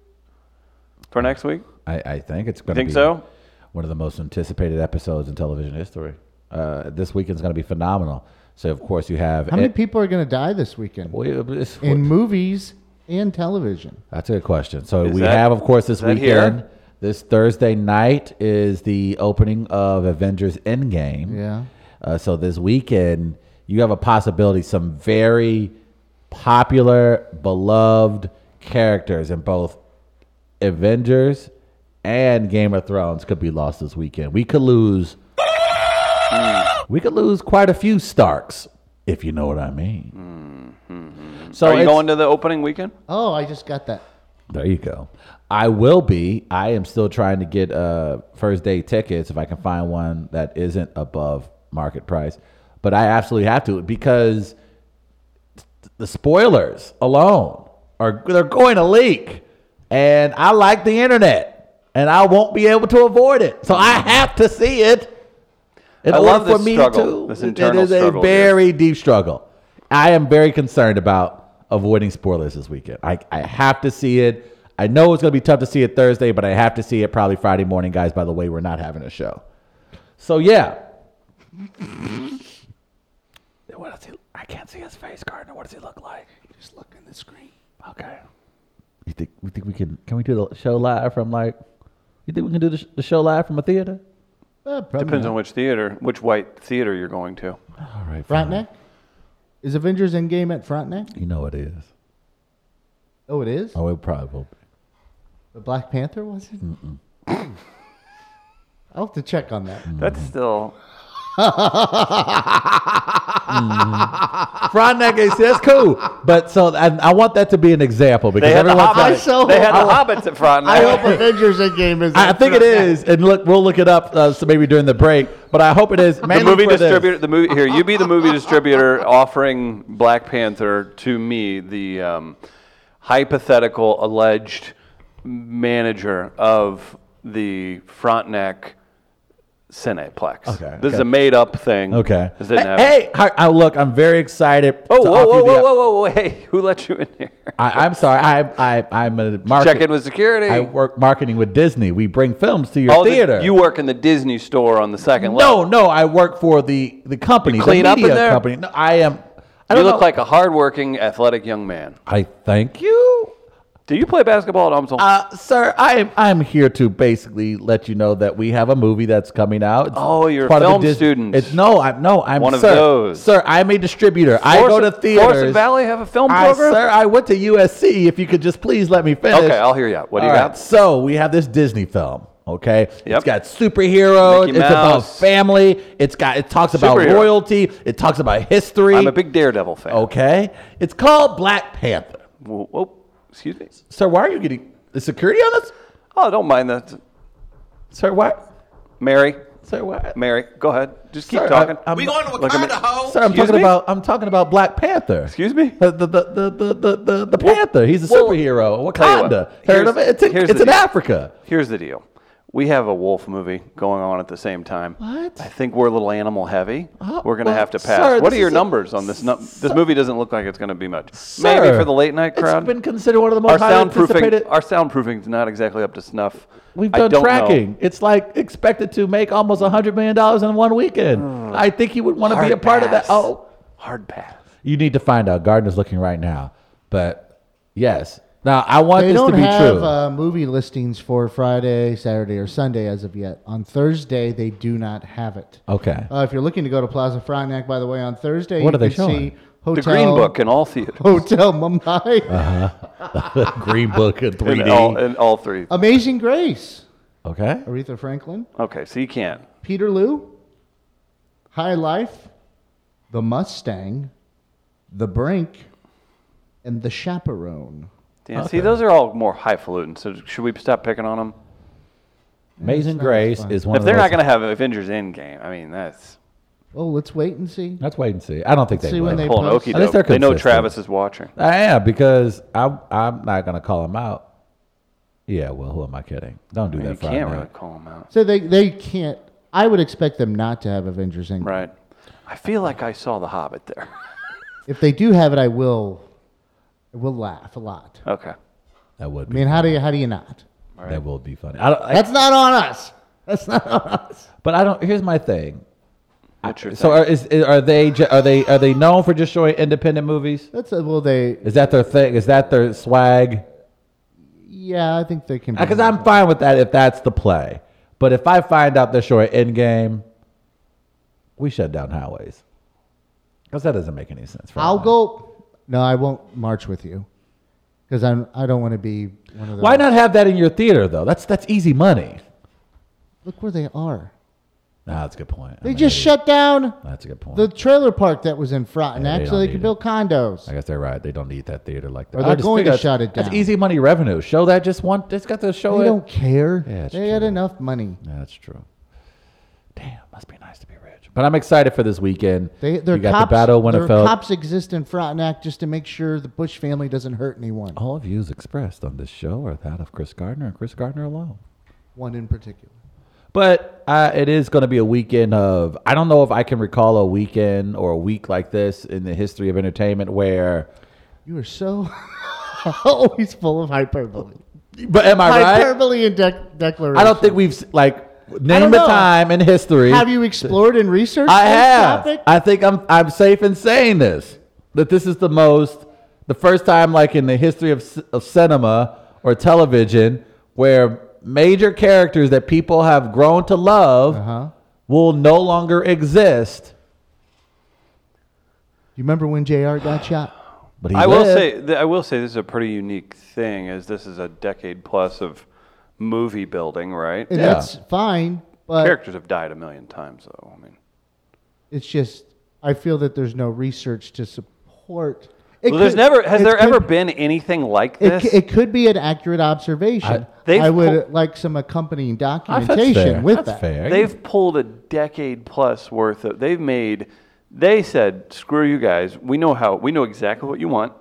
[SPEAKER 2] for next week.
[SPEAKER 1] I, I think it's going to
[SPEAKER 2] think
[SPEAKER 1] be
[SPEAKER 2] so?
[SPEAKER 1] one of the most anticipated episodes in television history. Uh, this weekend's going to be phenomenal. So of course you have
[SPEAKER 3] How many
[SPEAKER 1] it-
[SPEAKER 3] people are going to die this weekend
[SPEAKER 1] well, it- it's-
[SPEAKER 3] in movies and television?
[SPEAKER 1] That's a good question. So
[SPEAKER 2] Is
[SPEAKER 1] we
[SPEAKER 2] that-
[SPEAKER 1] have, of course, this
[SPEAKER 2] is that
[SPEAKER 1] weekend.
[SPEAKER 2] here?
[SPEAKER 1] This Thursday night is the opening of Avengers Endgame.
[SPEAKER 3] Yeah.
[SPEAKER 1] Uh, so this weekend, you have a possibility some very popular, beloved characters in both Avengers and Game of Thrones could be lost this weekend. We could lose. We could lose quite a few Starks, if you know what I mean. So
[SPEAKER 2] Mm-hmm. Are you
[SPEAKER 1] it's-
[SPEAKER 2] going to the opening weekend?
[SPEAKER 3] Oh, I just got that.
[SPEAKER 1] there you go. I will be. I am still trying to get uh, first day tickets if I can find one that isn't above market price. But I absolutely have to because the spoilers alone are they're going to leak, and I like the internet, and I won't be able to avoid it. So I have to see it. In
[SPEAKER 2] I
[SPEAKER 1] order
[SPEAKER 2] love
[SPEAKER 1] for
[SPEAKER 2] this
[SPEAKER 1] me
[SPEAKER 2] struggle,
[SPEAKER 1] to-
[SPEAKER 2] this
[SPEAKER 1] it
[SPEAKER 2] internal
[SPEAKER 1] is a
[SPEAKER 2] struggle of yours.
[SPEAKER 1] very very deep struggle. I am very concerned about avoiding spoilers this weekend. I, I have to see it. I know it's going to be tough to see it Thursday, but I have to see it probably Friday morning, guys. By the way, we're not having a show. So, yeah. what does he, I can't see his face, Gardner. What does he look like?
[SPEAKER 3] Just look in the screen.
[SPEAKER 1] Okay. You think, we think we can, can we do the show live from like, you think we can do the, sh- the show live from a theater?
[SPEAKER 3] Uh, probably
[SPEAKER 2] Depends
[SPEAKER 3] not.
[SPEAKER 2] on which theater, which white theater you're going to.
[SPEAKER 1] All right. fine.
[SPEAKER 3] Frontenac. Is Avengers Endgame at Frontenac?
[SPEAKER 1] You know it is.
[SPEAKER 3] Oh, it is.
[SPEAKER 1] Oh, it probably will be.
[SPEAKER 3] The Black Panther was it? I'll have to check on that.
[SPEAKER 2] That's still. Ah.
[SPEAKER 1] Frontenac AC, that's cool. But so I, I want that to be an example because
[SPEAKER 2] They had, the
[SPEAKER 1] everyone's
[SPEAKER 2] Hobbits,
[SPEAKER 1] like,
[SPEAKER 3] so-
[SPEAKER 2] they had the Hobbits at Friday
[SPEAKER 3] I hope Avengers Endgame is.
[SPEAKER 1] I I
[SPEAKER 3] at
[SPEAKER 1] think it is, and look, we'll look it up. Uh, so maybe during the break, but I hope it is.
[SPEAKER 2] the
[SPEAKER 1] mainly
[SPEAKER 2] movie
[SPEAKER 1] for this.
[SPEAKER 2] distributor, the movie here, you be the movie distributor offering Black Panther to me, the um, hypothetical alleged manager of the Frontenac Cineplex.
[SPEAKER 1] Okay,
[SPEAKER 2] this is
[SPEAKER 1] okay.
[SPEAKER 2] a made-up thing.
[SPEAKER 1] Okay.
[SPEAKER 2] this
[SPEAKER 1] Hey,
[SPEAKER 2] didn't happen.
[SPEAKER 1] hey I, I- look, I'm very excited.
[SPEAKER 2] Oh,
[SPEAKER 1] to
[SPEAKER 2] whoa,
[SPEAKER 1] offer
[SPEAKER 2] whoa,
[SPEAKER 1] you
[SPEAKER 2] whoa,
[SPEAKER 1] the-
[SPEAKER 2] whoa, whoa, whoa! Hey, who let you in here?
[SPEAKER 1] I, I'm sorry. I, I, I'm a market.
[SPEAKER 2] Check in with security.
[SPEAKER 1] I work marketing with Disney. We bring films to your
[SPEAKER 2] Oh, the-
[SPEAKER 1] theater.
[SPEAKER 2] you work in the Disney store on the second level.
[SPEAKER 1] no, no. I work for the the company,
[SPEAKER 2] clean
[SPEAKER 1] the
[SPEAKER 2] up in
[SPEAKER 1] media
[SPEAKER 2] there?
[SPEAKER 1] company. No, I am. I
[SPEAKER 2] you
[SPEAKER 1] don't
[SPEAKER 2] look
[SPEAKER 1] know.
[SPEAKER 2] like a hardworking, athletic young man.
[SPEAKER 1] I thank you.
[SPEAKER 2] Do you play basketball at Umsel?
[SPEAKER 1] Uh, sir, I am I'm here to basically let you know that we have a movie that's coming out. It's
[SPEAKER 2] Oh, you're a
[SPEAKER 1] part of the
[SPEAKER 2] film
[SPEAKER 1] Dis-
[SPEAKER 2] student.
[SPEAKER 1] It's no, I'm no, I'm
[SPEAKER 2] One of
[SPEAKER 1] sir,
[SPEAKER 2] those.
[SPEAKER 1] Sir, I'm a distributor. I
[SPEAKER 2] Forest-
[SPEAKER 1] go to
[SPEAKER 2] Forest
[SPEAKER 1] theaters.
[SPEAKER 2] Valley have a film
[SPEAKER 1] I,
[SPEAKER 2] program?
[SPEAKER 1] Sir, I went to USC. If you could just please let me finish.
[SPEAKER 2] Okay, I'll hear you out. What do you
[SPEAKER 1] All
[SPEAKER 2] got?
[SPEAKER 1] So we have this Disney film. Okay,
[SPEAKER 2] Yep.
[SPEAKER 1] it's got superheroes.
[SPEAKER 2] Mickey
[SPEAKER 1] It's about
[SPEAKER 2] Mouse.
[SPEAKER 1] family. It's got it talks about
[SPEAKER 2] Superhero.
[SPEAKER 1] royalty. It talks about history.
[SPEAKER 2] I'm a big Daredevil fan.
[SPEAKER 1] okay. It's called Black Panther.
[SPEAKER 2] Whoa, whoa, excuse me.
[SPEAKER 1] Sir, why are you getting the security on us?
[SPEAKER 2] Oh, don't mind that.
[SPEAKER 1] Sir, why?
[SPEAKER 2] Mary,
[SPEAKER 1] Sir, what?
[SPEAKER 2] Mary, go ahead. Just keep
[SPEAKER 1] Sir,
[SPEAKER 2] talking.
[SPEAKER 1] I- I'm-
[SPEAKER 4] We going to
[SPEAKER 2] Look at me.
[SPEAKER 4] Wakanda, ho?
[SPEAKER 1] Sir, I'm
[SPEAKER 2] Excuse
[SPEAKER 1] talking
[SPEAKER 2] me?
[SPEAKER 1] about I'm talking about Black Panther.
[SPEAKER 2] excuse me.
[SPEAKER 1] The the the the the, the, the, the Panther. He's a
[SPEAKER 2] well,
[SPEAKER 1] superhero.
[SPEAKER 2] tell you what,
[SPEAKER 1] Wakanda. Heard of
[SPEAKER 2] here's-
[SPEAKER 1] it? It's, in,
[SPEAKER 2] here's
[SPEAKER 1] it's
[SPEAKER 2] the
[SPEAKER 1] in
[SPEAKER 2] deal.
[SPEAKER 1] Africa.
[SPEAKER 2] Here's the deal. We have a wolf movie going on at the same time.
[SPEAKER 1] What?
[SPEAKER 2] I think we're a little animal heavy.
[SPEAKER 1] Oh,
[SPEAKER 2] we're going to
[SPEAKER 1] well,
[SPEAKER 2] have to pass.
[SPEAKER 1] sir,
[SPEAKER 2] what are
[SPEAKER 1] this
[SPEAKER 2] your
[SPEAKER 1] is a-
[SPEAKER 2] numbers on this? num this movie doesn't look like it's going to be much.
[SPEAKER 1] Sir,
[SPEAKER 2] Maybe for the late night crowd.
[SPEAKER 1] It's been considered one of the
[SPEAKER 2] our
[SPEAKER 1] most highly anticipated.
[SPEAKER 2] soundproofing, our soundproofing's not exactly up to snuff.
[SPEAKER 1] We've
[SPEAKER 2] I
[SPEAKER 1] done
[SPEAKER 2] don't know.
[SPEAKER 1] tracking. It's like expected to make almost hundred million dollars in one weekend. I think you would want to be
[SPEAKER 2] Hmm. Hard
[SPEAKER 1] a part of that.
[SPEAKER 2] pass.
[SPEAKER 1] Oh,
[SPEAKER 2] hard pass.
[SPEAKER 1] you need to find out. Gardner's looking right now, but yes. Now I want
[SPEAKER 3] They
[SPEAKER 1] this
[SPEAKER 3] don't
[SPEAKER 1] to be
[SPEAKER 3] have
[SPEAKER 1] true.
[SPEAKER 3] Uh, movie listings for Friday, Saturday, or Sunday as of yet. On Thursday, they do not have it.
[SPEAKER 1] okay.
[SPEAKER 3] Uh, if you're looking to go to Plaza Frontenac, by the way, on Thursday,
[SPEAKER 1] What
[SPEAKER 3] you
[SPEAKER 1] are they
[SPEAKER 3] can
[SPEAKER 1] showing?
[SPEAKER 3] see
[SPEAKER 2] The
[SPEAKER 3] Hotel
[SPEAKER 2] Green Book in all theaters.
[SPEAKER 3] Hotel Mumbai,
[SPEAKER 1] Green Book in
[SPEAKER 2] In
[SPEAKER 1] 3D.
[SPEAKER 2] all, in all
[SPEAKER 1] Uh,
[SPEAKER 2] three.
[SPEAKER 3] Amazing Grace,
[SPEAKER 1] okay.
[SPEAKER 3] Aretha Franklin,
[SPEAKER 2] Okay, so you can't.
[SPEAKER 3] Peterloo, High Life, The Mustang, The Brink, and The Chaperone.
[SPEAKER 2] Damn, See, those are all more highfalutin. So should we stop picking on them?
[SPEAKER 1] Amazing
[SPEAKER 3] That's fine, that's
[SPEAKER 1] Grace
[SPEAKER 3] fine.
[SPEAKER 1] is one
[SPEAKER 2] if
[SPEAKER 1] of
[SPEAKER 2] they're
[SPEAKER 1] those
[SPEAKER 2] not going to have Avengers Endgame, I mean that's
[SPEAKER 3] Well, Oh, let's wait and see.
[SPEAKER 1] Let's wait and see. I don't think they
[SPEAKER 3] See
[SPEAKER 1] will.
[SPEAKER 3] when they-
[SPEAKER 2] Pulling
[SPEAKER 3] post-
[SPEAKER 2] okey
[SPEAKER 1] At least
[SPEAKER 2] doke.
[SPEAKER 1] they're
[SPEAKER 2] They know
[SPEAKER 1] consistent.
[SPEAKER 2] Travis is watching.
[SPEAKER 1] I am because I'm I'm not gonna call him out. Yeah, well, who am I kidding? Don't do
[SPEAKER 2] You
[SPEAKER 1] that. Friday
[SPEAKER 2] can't
[SPEAKER 1] night.
[SPEAKER 2] really call him out.
[SPEAKER 3] So they they can't. I would expect them not to have Avengers Inc.
[SPEAKER 2] Right. I feel like I saw The Hobbit there.
[SPEAKER 3] If they do have it, I will. I will laugh a lot.
[SPEAKER 2] okay.
[SPEAKER 1] That would.
[SPEAKER 3] I
[SPEAKER 1] Be,
[SPEAKER 3] mean, how do you how do you not?
[SPEAKER 1] That will be funny. I don't, I-
[SPEAKER 3] That's not on us. That's not on us.
[SPEAKER 1] but I don't. Here's my thing.
[SPEAKER 2] What's your
[SPEAKER 1] So
[SPEAKER 2] thing?
[SPEAKER 1] are, is, is- are they ju- are they are they known for just showing independent movies?
[SPEAKER 3] That's a, well, they.
[SPEAKER 1] Is that their thing? Is that their swag?
[SPEAKER 3] Yeah, I think they can.
[SPEAKER 1] Because Uh, I'm fine with that if that's the play. But if I find out they're showing Endgame, we shut down highways. Because that doesn't make any sense. Friday
[SPEAKER 3] I'll
[SPEAKER 1] night.
[SPEAKER 3] go. No, I won't march with you because I'm. I don't want to be one of those.
[SPEAKER 1] Why not have that in your theater though? That's that's easy money.
[SPEAKER 3] Look where they are.
[SPEAKER 1] Nah, that's a good point. I
[SPEAKER 3] They
[SPEAKER 1] mean,
[SPEAKER 3] just shut down
[SPEAKER 1] That's a good point.
[SPEAKER 3] the trailer park that was in Fronton.
[SPEAKER 1] Yeah, they don't
[SPEAKER 3] Actually, they
[SPEAKER 1] need it.
[SPEAKER 3] can build condos.
[SPEAKER 1] I guess they're right. They don't need that theater like that.
[SPEAKER 3] Or
[SPEAKER 1] I
[SPEAKER 3] they're
[SPEAKER 1] just
[SPEAKER 3] going to
[SPEAKER 1] figured
[SPEAKER 3] shut it
[SPEAKER 1] That's
[SPEAKER 3] down.
[SPEAKER 1] easy money revenue. Show that just one. It's got to show
[SPEAKER 3] They
[SPEAKER 1] it.
[SPEAKER 3] don't care.
[SPEAKER 1] Yeah, it's
[SPEAKER 3] they had
[SPEAKER 1] true.
[SPEAKER 3] enough money.
[SPEAKER 1] Yeah, that's true. Damn, must be nice to be rich. But I'm excited for this weekend.
[SPEAKER 3] They, their
[SPEAKER 1] you got
[SPEAKER 3] cops,
[SPEAKER 1] the battle of
[SPEAKER 3] their
[SPEAKER 1] Winterfell.
[SPEAKER 3] cops exist in Fronton Act just to make sure the Bush family doesn't hurt anyone.
[SPEAKER 1] All views expressed on this show are that of Chris Gardner and Chris Gardner alone.
[SPEAKER 3] One in particular.
[SPEAKER 1] But uh, it is going to be a weekend of. I don't know if I can recall a weekend or a week like this in the history of entertainment where.
[SPEAKER 3] You are so always full of hyperbole.
[SPEAKER 1] But am I right?
[SPEAKER 3] Hyperbole and dec- declaration.
[SPEAKER 1] I don't think we've s- like name a
[SPEAKER 3] know.
[SPEAKER 1] time in history.
[SPEAKER 3] Have you explored and researched
[SPEAKER 1] I
[SPEAKER 3] this
[SPEAKER 1] have.
[SPEAKER 3] topic?
[SPEAKER 1] I think I'm I'm safe in saying this that this is the most the first time like in the history of c- of cinema or television where major characters that people have grown to love
[SPEAKER 3] Uh-huh.
[SPEAKER 1] will no longer exist.
[SPEAKER 3] You remember when JR got shot?
[SPEAKER 1] But he
[SPEAKER 2] I will
[SPEAKER 1] lived.
[SPEAKER 2] say th- I will say this is a pretty unique thing as this is a decade plus of movie building, right?
[SPEAKER 3] And
[SPEAKER 1] Yeah.
[SPEAKER 3] that's fine, but
[SPEAKER 2] Characters have died a million times though. I mean,
[SPEAKER 3] it's just I feel that there's no research to support. It
[SPEAKER 2] well, there's
[SPEAKER 3] could-
[SPEAKER 2] never has
[SPEAKER 3] it
[SPEAKER 2] there
[SPEAKER 3] could-
[SPEAKER 2] ever been anything like
[SPEAKER 3] It,
[SPEAKER 2] this?
[SPEAKER 3] c- it could be an accurate observation.
[SPEAKER 2] They've
[SPEAKER 3] I, would
[SPEAKER 2] pu-
[SPEAKER 3] like some accompanying
[SPEAKER 1] Ah, that's
[SPEAKER 3] documentation
[SPEAKER 1] fair.
[SPEAKER 3] with
[SPEAKER 1] that's
[SPEAKER 3] that.
[SPEAKER 1] fair.
[SPEAKER 2] they've pulled a decade plus worth of they've made they said screw you guys we know how we know exactly what you want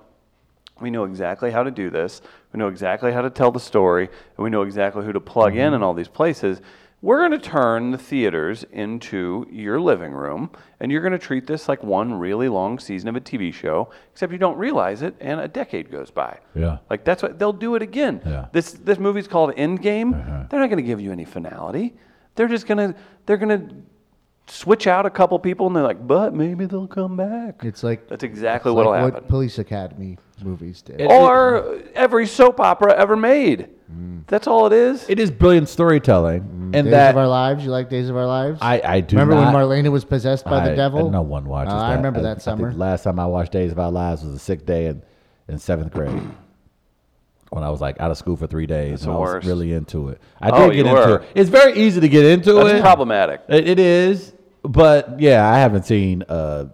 [SPEAKER 2] we know exactly how to do this we know exactly how to tell the story and we know exactly who to plug in in all these places we're going to turn the theaters into your living room and you're going to treat this like one really long season of a tv show except you don't realize it and a decade goes by
[SPEAKER 1] Yeah.
[SPEAKER 2] like that's what they'll do it again
[SPEAKER 1] Yeah.
[SPEAKER 2] this this movie's called Endgame. They're not going to give you any finality. They're just going to they're going to switch out a couple people, and they're like, but maybe they'll come back.
[SPEAKER 3] It's like
[SPEAKER 2] That's exactly
[SPEAKER 3] it's
[SPEAKER 2] what'll
[SPEAKER 3] like what
[SPEAKER 2] happen.
[SPEAKER 3] Police Academy movies did.
[SPEAKER 1] It-
[SPEAKER 2] or every soap opera ever made. That's all it is.
[SPEAKER 1] it is brilliant storytelling, and
[SPEAKER 3] Mm, Days
[SPEAKER 1] that
[SPEAKER 3] of Our Lives. You like Days of Our Lives?
[SPEAKER 1] I I do
[SPEAKER 3] remember
[SPEAKER 1] not,
[SPEAKER 3] when Marlena was possessed by
[SPEAKER 1] I-
[SPEAKER 3] the devil.
[SPEAKER 1] No one watches
[SPEAKER 3] Uh,
[SPEAKER 1] that.
[SPEAKER 3] I remember
[SPEAKER 1] I
[SPEAKER 3] that
[SPEAKER 1] think
[SPEAKER 3] summer.
[SPEAKER 1] the last time I watched Days of Our Lives was a sick day in, in seventh grade. When I was like out of school for three days,
[SPEAKER 2] That's
[SPEAKER 1] and
[SPEAKER 2] the
[SPEAKER 1] I was
[SPEAKER 2] worst.
[SPEAKER 1] really into it. I
[SPEAKER 2] Oh,
[SPEAKER 1] did get
[SPEAKER 2] you
[SPEAKER 1] into
[SPEAKER 2] were.
[SPEAKER 1] it. It's very easy to get into
[SPEAKER 2] That's
[SPEAKER 1] it.
[SPEAKER 2] problematic.
[SPEAKER 1] It, it is, but yeah, I haven't seen uh,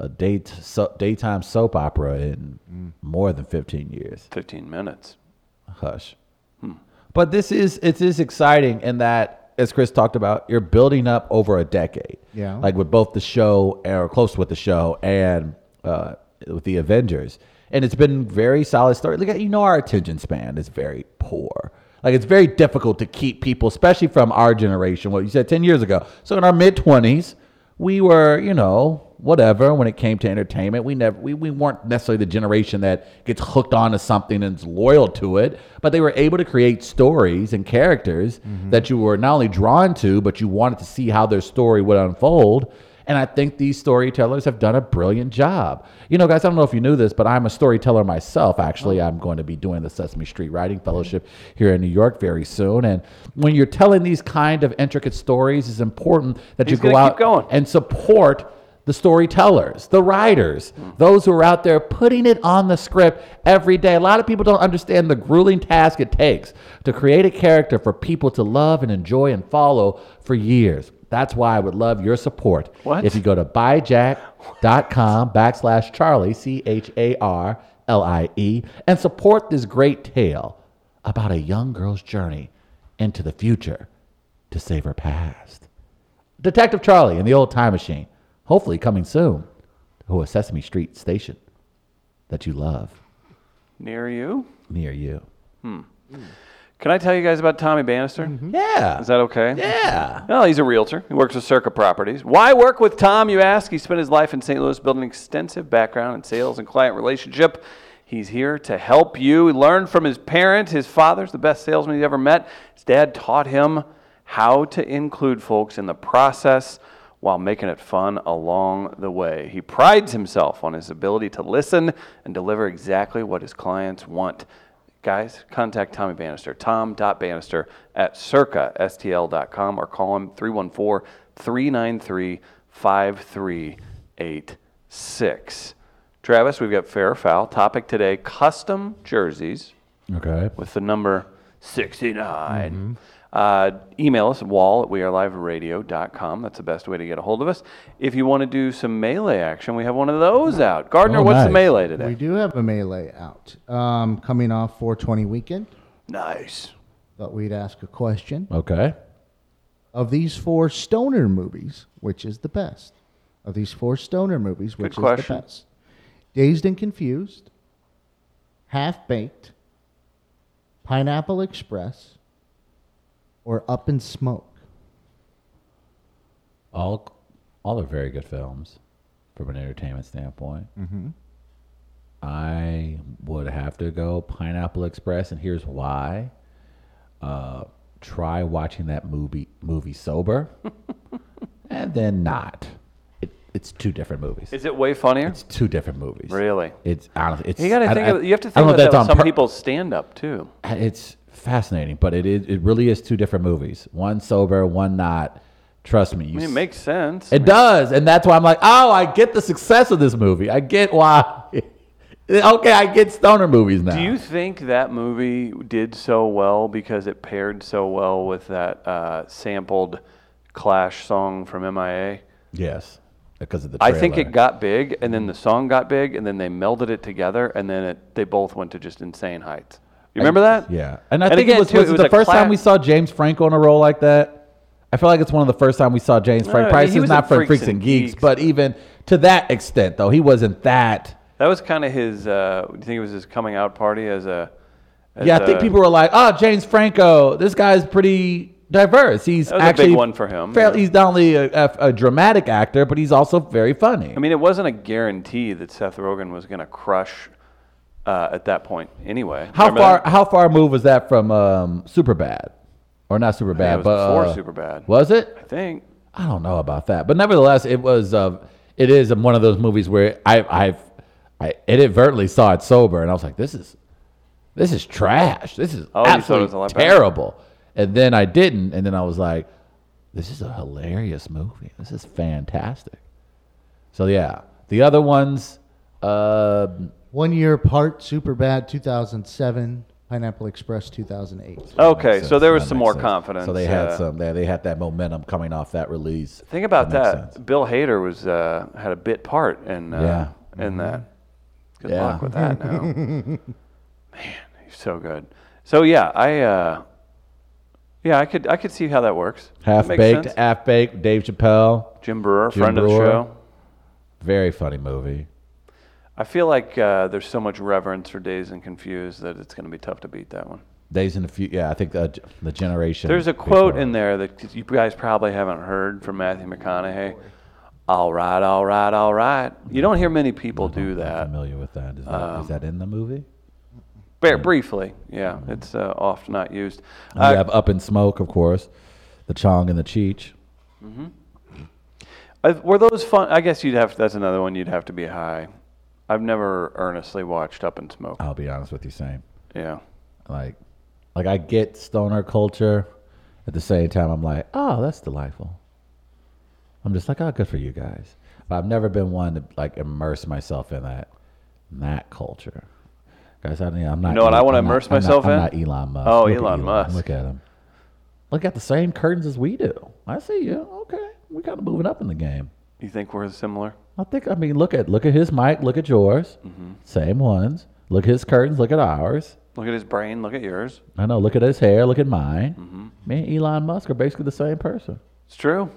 [SPEAKER 1] a date so, daytime soap opera in
[SPEAKER 3] Mm.
[SPEAKER 1] more than fifteen years.
[SPEAKER 2] Fifteen minutes.
[SPEAKER 1] Hush. But this is it is exciting in that, as Chris talked about, you're building up over a decade.
[SPEAKER 3] Yeah.
[SPEAKER 1] Like with both the show or close with the show and uh, with the Avengers, and it's been very solid story. Look at you know our attention span is very poor. Like it's very difficult to keep people, especially from our generation. What you said ten years ago. So in our mid twenties, we were you know whatever when it came to entertainment we never we, we weren't necessarily the generation that gets hooked onto something and is loyal to it but they were able to create stories and characters
[SPEAKER 2] Mm-hmm.
[SPEAKER 1] that you were not only drawn to but you wanted to see how their story would unfold and i think these storytellers have done a brilliant job you know guys i don't know if you knew this but i'm a storyteller myself actually
[SPEAKER 2] Oh.
[SPEAKER 1] i'm going to be doing the sesame street writing fellowship here in new york very soon and when you're telling these kind of intricate stories it's important that
[SPEAKER 2] He's
[SPEAKER 1] you go
[SPEAKER 2] gonna
[SPEAKER 1] out
[SPEAKER 2] keep going.
[SPEAKER 1] and support the storytellers, the writers, those who are out there putting it on the script every day. A lot of people don't understand the grueling task it takes to create a character for people to love and enjoy and follow for years. That's why I would love your support.
[SPEAKER 2] What?
[SPEAKER 1] If you go to buyjack.com backslash Charlie, C H A R L I E, and support this great tale about a young girl's journey into the future to save her past. Detective Charlie and the Old Time Machine. hopefully coming soon, to a Sesame Street station that you love
[SPEAKER 2] Near you?
[SPEAKER 1] near you.
[SPEAKER 2] Can I tell you guys about Tommy Bannister?
[SPEAKER 1] Yeah.
[SPEAKER 2] Is that okay?
[SPEAKER 1] Yeah.
[SPEAKER 2] Well, he's a realtor. He works with Circa Properties. Why work with Tom, you ask? He spent his life in St. Louis building an extensive background in sales and client relationship. He's here to help you. He learned from his parents. His father's the best salesman he's ever met. His dad taught him how to include folks in the process while making it fun along the way. He prides himself on his ability to listen and deliver exactly what his clients want. Guys, contact Tommy Bannister, tom.bannister at circastl.com or call him 314 393 5386. Travis, we've got fair or foul. Topic today custom jerseys
[SPEAKER 1] Okay.
[SPEAKER 2] with the number 69.
[SPEAKER 1] Mm-hmm.
[SPEAKER 2] Uh, email us, wall at weareliveradio.com. That's the best way to get a hold of us. If you want to do some melee action, we have one of those out. Gardner,
[SPEAKER 1] Oh,
[SPEAKER 2] what's the
[SPEAKER 1] nice.
[SPEAKER 2] melee today?
[SPEAKER 3] We do have a melee out um, coming off 420 weekend.
[SPEAKER 2] nice.
[SPEAKER 3] Thought we'd ask a question
[SPEAKER 1] Okay.
[SPEAKER 3] of these four stoner movies, which is the best? Of these four stoner movies, which
[SPEAKER 2] question.
[SPEAKER 3] is the best? Dazed and Confused, Half Baked, Pineapple Express, or Up in Smoke?
[SPEAKER 1] All all are very good films from an entertainment standpoint. Mm-hmm. I would have to go Pineapple Express, and here's why. Uh, try watching that movie movie sober, and then not. It, it's two different movies.
[SPEAKER 2] Is it way funnier?
[SPEAKER 1] It's two different movies.
[SPEAKER 2] Really?
[SPEAKER 1] It's honestly. It's
[SPEAKER 2] You got to
[SPEAKER 1] I-
[SPEAKER 2] think.
[SPEAKER 1] I-
[SPEAKER 2] of, you have to
[SPEAKER 1] I don't
[SPEAKER 2] think
[SPEAKER 1] know
[SPEAKER 2] about
[SPEAKER 1] if
[SPEAKER 2] that
[SPEAKER 1] that's on
[SPEAKER 2] with some
[SPEAKER 1] pur-
[SPEAKER 2] people's stand up too.
[SPEAKER 1] It's fascinating, but it is, it really is two different movies. One sober, one not. Trust me. You
[SPEAKER 2] I mean, it
[SPEAKER 1] s-
[SPEAKER 2] makes sense.
[SPEAKER 1] It does, and that's why I'm like, oh, I get the success of this movie. I get why. okay, I get stoner movies now.
[SPEAKER 2] Do you think that movie did so well because it paired so well with that uh, sampled Clash song from MIA?
[SPEAKER 1] yes, because of the.
[SPEAKER 2] I
[SPEAKER 1] Trailer.
[SPEAKER 2] think it got big, and then the song got big, and then they melded it together, and then it, they both went to just insane heights. You remember that?
[SPEAKER 1] Yeah, and I think
[SPEAKER 2] again,
[SPEAKER 1] it was,
[SPEAKER 2] too,
[SPEAKER 1] was it
[SPEAKER 2] was
[SPEAKER 1] the
[SPEAKER 2] a
[SPEAKER 1] first
[SPEAKER 2] cla-
[SPEAKER 1] time we saw James Franco in a role like that. I feel like it's one of the first time we saw James
[SPEAKER 2] I mean,
[SPEAKER 1] Franco. Price
[SPEAKER 2] he
[SPEAKER 1] is
[SPEAKER 2] was in
[SPEAKER 1] not from
[SPEAKER 2] Freaks
[SPEAKER 1] Freaks
[SPEAKER 2] and
[SPEAKER 1] and Geeks,
[SPEAKER 2] Geeks,
[SPEAKER 1] but even to that extent, though, he wasn't that.
[SPEAKER 2] That was kind of his. Uh, do you think it was his coming out party as a? as
[SPEAKER 1] yeah, I think
[SPEAKER 2] a-
[SPEAKER 1] people were like, "Oh, James Franco, this guy's pretty diverse. He's
[SPEAKER 2] That was a big
[SPEAKER 1] actually
[SPEAKER 2] one for him,
[SPEAKER 1] fairly-
[SPEAKER 2] yeah.
[SPEAKER 1] He's not only a, a, a dramatic actor, but he's also very funny."
[SPEAKER 2] I mean, it wasn't a guarantee that Seth Rogen was going to crush uh, at that point. Anyway,
[SPEAKER 1] How
[SPEAKER 2] Remember
[SPEAKER 1] far?
[SPEAKER 2] that?
[SPEAKER 1] How far move was that from um, Superbad, or not Superbad?
[SPEAKER 2] was
[SPEAKER 1] but
[SPEAKER 2] before
[SPEAKER 1] uh,
[SPEAKER 2] Superbad.
[SPEAKER 1] Was it?
[SPEAKER 2] I think.
[SPEAKER 1] I don't know about that, but nevertheless, it was. Uh, it is one of those movies where I, I've, I inadvertently saw it sober, and I was like, "This is, this is trash. This is
[SPEAKER 2] Oh, you thought it was
[SPEAKER 1] absolutely
[SPEAKER 2] a lot better?
[SPEAKER 1] terrible." And then I didn't, and then I was like, "This is a hilarious movie. This is fantastic." So yeah, the other ones, uh,
[SPEAKER 3] One Year Apart, Superbad, 2007, Pineapple Express, 2008.
[SPEAKER 2] Okay,
[SPEAKER 1] Makes
[SPEAKER 2] so
[SPEAKER 1] sense.
[SPEAKER 2] there was
[SPEAKER 1] That
[SPEAKER 2] some
[SPEAKER 1] makes
[SPEAKER 2] more
[SPEAKER 1] sense.
[SPEAKER 2] confidence.
[SPEAKER 1] So they had
[SPEAKER 2] uh,
[SPEAKER 1] some. They, they had that momentum coming off that release.
[SPEAKER 2] Think about
[SPEAKER 1] That makes
[SPEAKER 2] that.
[SPEAKER 1] sense.
[SPEAKER 2] Bill Hader was uh, had a bit part in uh, in that. Good
[SPEAKER 1] Mm-hmm. Yeah.
[SPEAKER 2] luck with that now. Man, he's so good. So yeah, I uh, yeah, I could I could see how that works. That
[SPEAKER 1] Half
[SPEAKER 2] makes
[SPEAKER 1] baked,
[SPEAKER 2] sense.
[SPEAKER 1] half baked. Dave Chappelle,
[SPEAKER 2] Jim Brewer,
[SPEAKER 1] Jim
[SPEAKER 2] friend of
[SPEAKER 1] Brewer.
[SPEAKER 2] the show.
[SPEAKER 1] very funny movie.
[SPEAKER 2] I feel like uh, there's so much reverence for Days and Confused that it's going to be tough to beat that one.
[SPEAKER 1] Days in the Future. Yeah, I think the, the generation.
[SPEAKER 2] There's a quote
[SPEAKER 1] before.
[SPEAKER 2] in there that you guys probably haven't heard from Matthew McConaughey. All right, all right, all right. You don't hear many people do
[SPEAKER 1] I'm
[SPEAKER 2] that. uh,
[SPEAKER 1] familiar with that. Is that, is that in the movie?
[SPEAKER 2] Bare, briefly, yeah, it's uh, oft not used.
[SPEAKER 1] And
[SPEAKER 2] Uh,
[SPEAKER 1] you have Up in Smoke, of course, the Chong and the Cheech.
[SPEAKER 2] uh, were those fun? I guess you'd have. That's another one you'd have to be high. I've never earnestly watched Up in Smoke.
[SPEAKER 1] I'll be honest with you, same.
[SPEAKER 2] Yeah,
[SPEAKER 1] Like, like I get stoner culture. At the same time, I'm like, oh, that's delightful. I'm just like, oh, good for you guys. But I've never been one to like immerse myself in that, in that culture. Guys, I mean, I'm not.
[SPEAKER 2] You know what I
[SPEAKER 1] Elon-
[SPEAKER 2] wanna
[SPEAKER 1] I'm not-
[SPEAKER 2] immerse
[SPEAKER 1] I'm not-
[SPEAKER 2] myself in?
[SPEAKER 1] I'm not Elon Musk.
[SPEAKER 2] Oh,
[SPEAKER 1] Look at
[SPEAKER 2] Elon Musk.
[SPEAKER 1] Look at him. Look at the same curtains as we do. I see you. Okay, we kind of moving up in the game.
[SPEAKER 2] you think we're similar?
[SPEAKER 1] I think I mean look at look at his mic, look at yours,
[SPEAKER 2] Mm-hmm.
[SPEAKER 1] same ones. Look at his curtains, look at ours.
[SPEAKER 2] Look at his brain. Look at yours.
[SPEAKER 1] I know. Look at his hair. Look at mine. Me and Elon Musk are basically the same person.
[SPEAKER 2] It's true.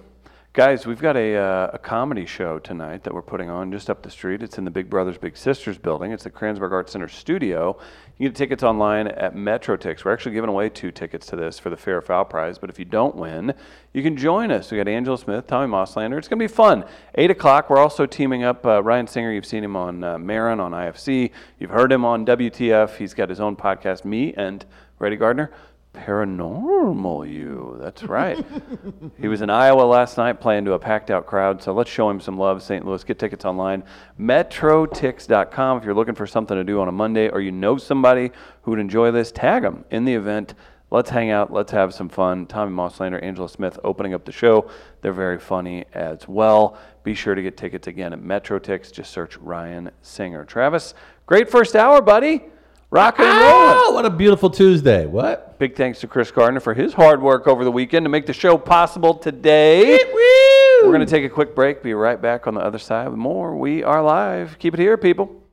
[SPEAKER 2] Guys, we've got a, uh, a comedy show tonight that we're putting on just up the street. It's in the Big Brothers Big Sisters building. It's the Kransberg Art Center studio. You get tickets online at MetroTix. We're actually giving away two tickets to this for the Fair or Foul Prize. But if you don't win, you can join us. We got Angela Smith, Tommy Mosslander. It's going to be fun. Eight o'clock. We're also teaming up uh, Ryan Singer. You've seen him on uh, Marin on IFC. You've heard him on WTF. He's got his own podcast. Me and Reddy Gardner paranormal you. That's right. he was in Iowa last night playing to a packed out crowd, so let's show him some love, St. Louis. Get tickets online, metrotix.com. If you're looking for something to do on a Monday or you know somebody who would enjoy this, tag them in the event. Let's hang out. Let's have some fun. Tommy Mosslander, Angela Smith opening up the show. They're very funny as well. Be sure to get tickets again at MetroTix. Just search Ryan Singer. Travis, great first hour, buddy. Rocking and rolling.
[SPEAKER 1] Oh, what a beautiful Tuesday. What?
[SPEAKER 2] Big thanks to Chris Gardner for his hard work over the weekend to make the show possible today. We're going to take a quick break. Be right back on the other side with more. We are live. Keep it here, people.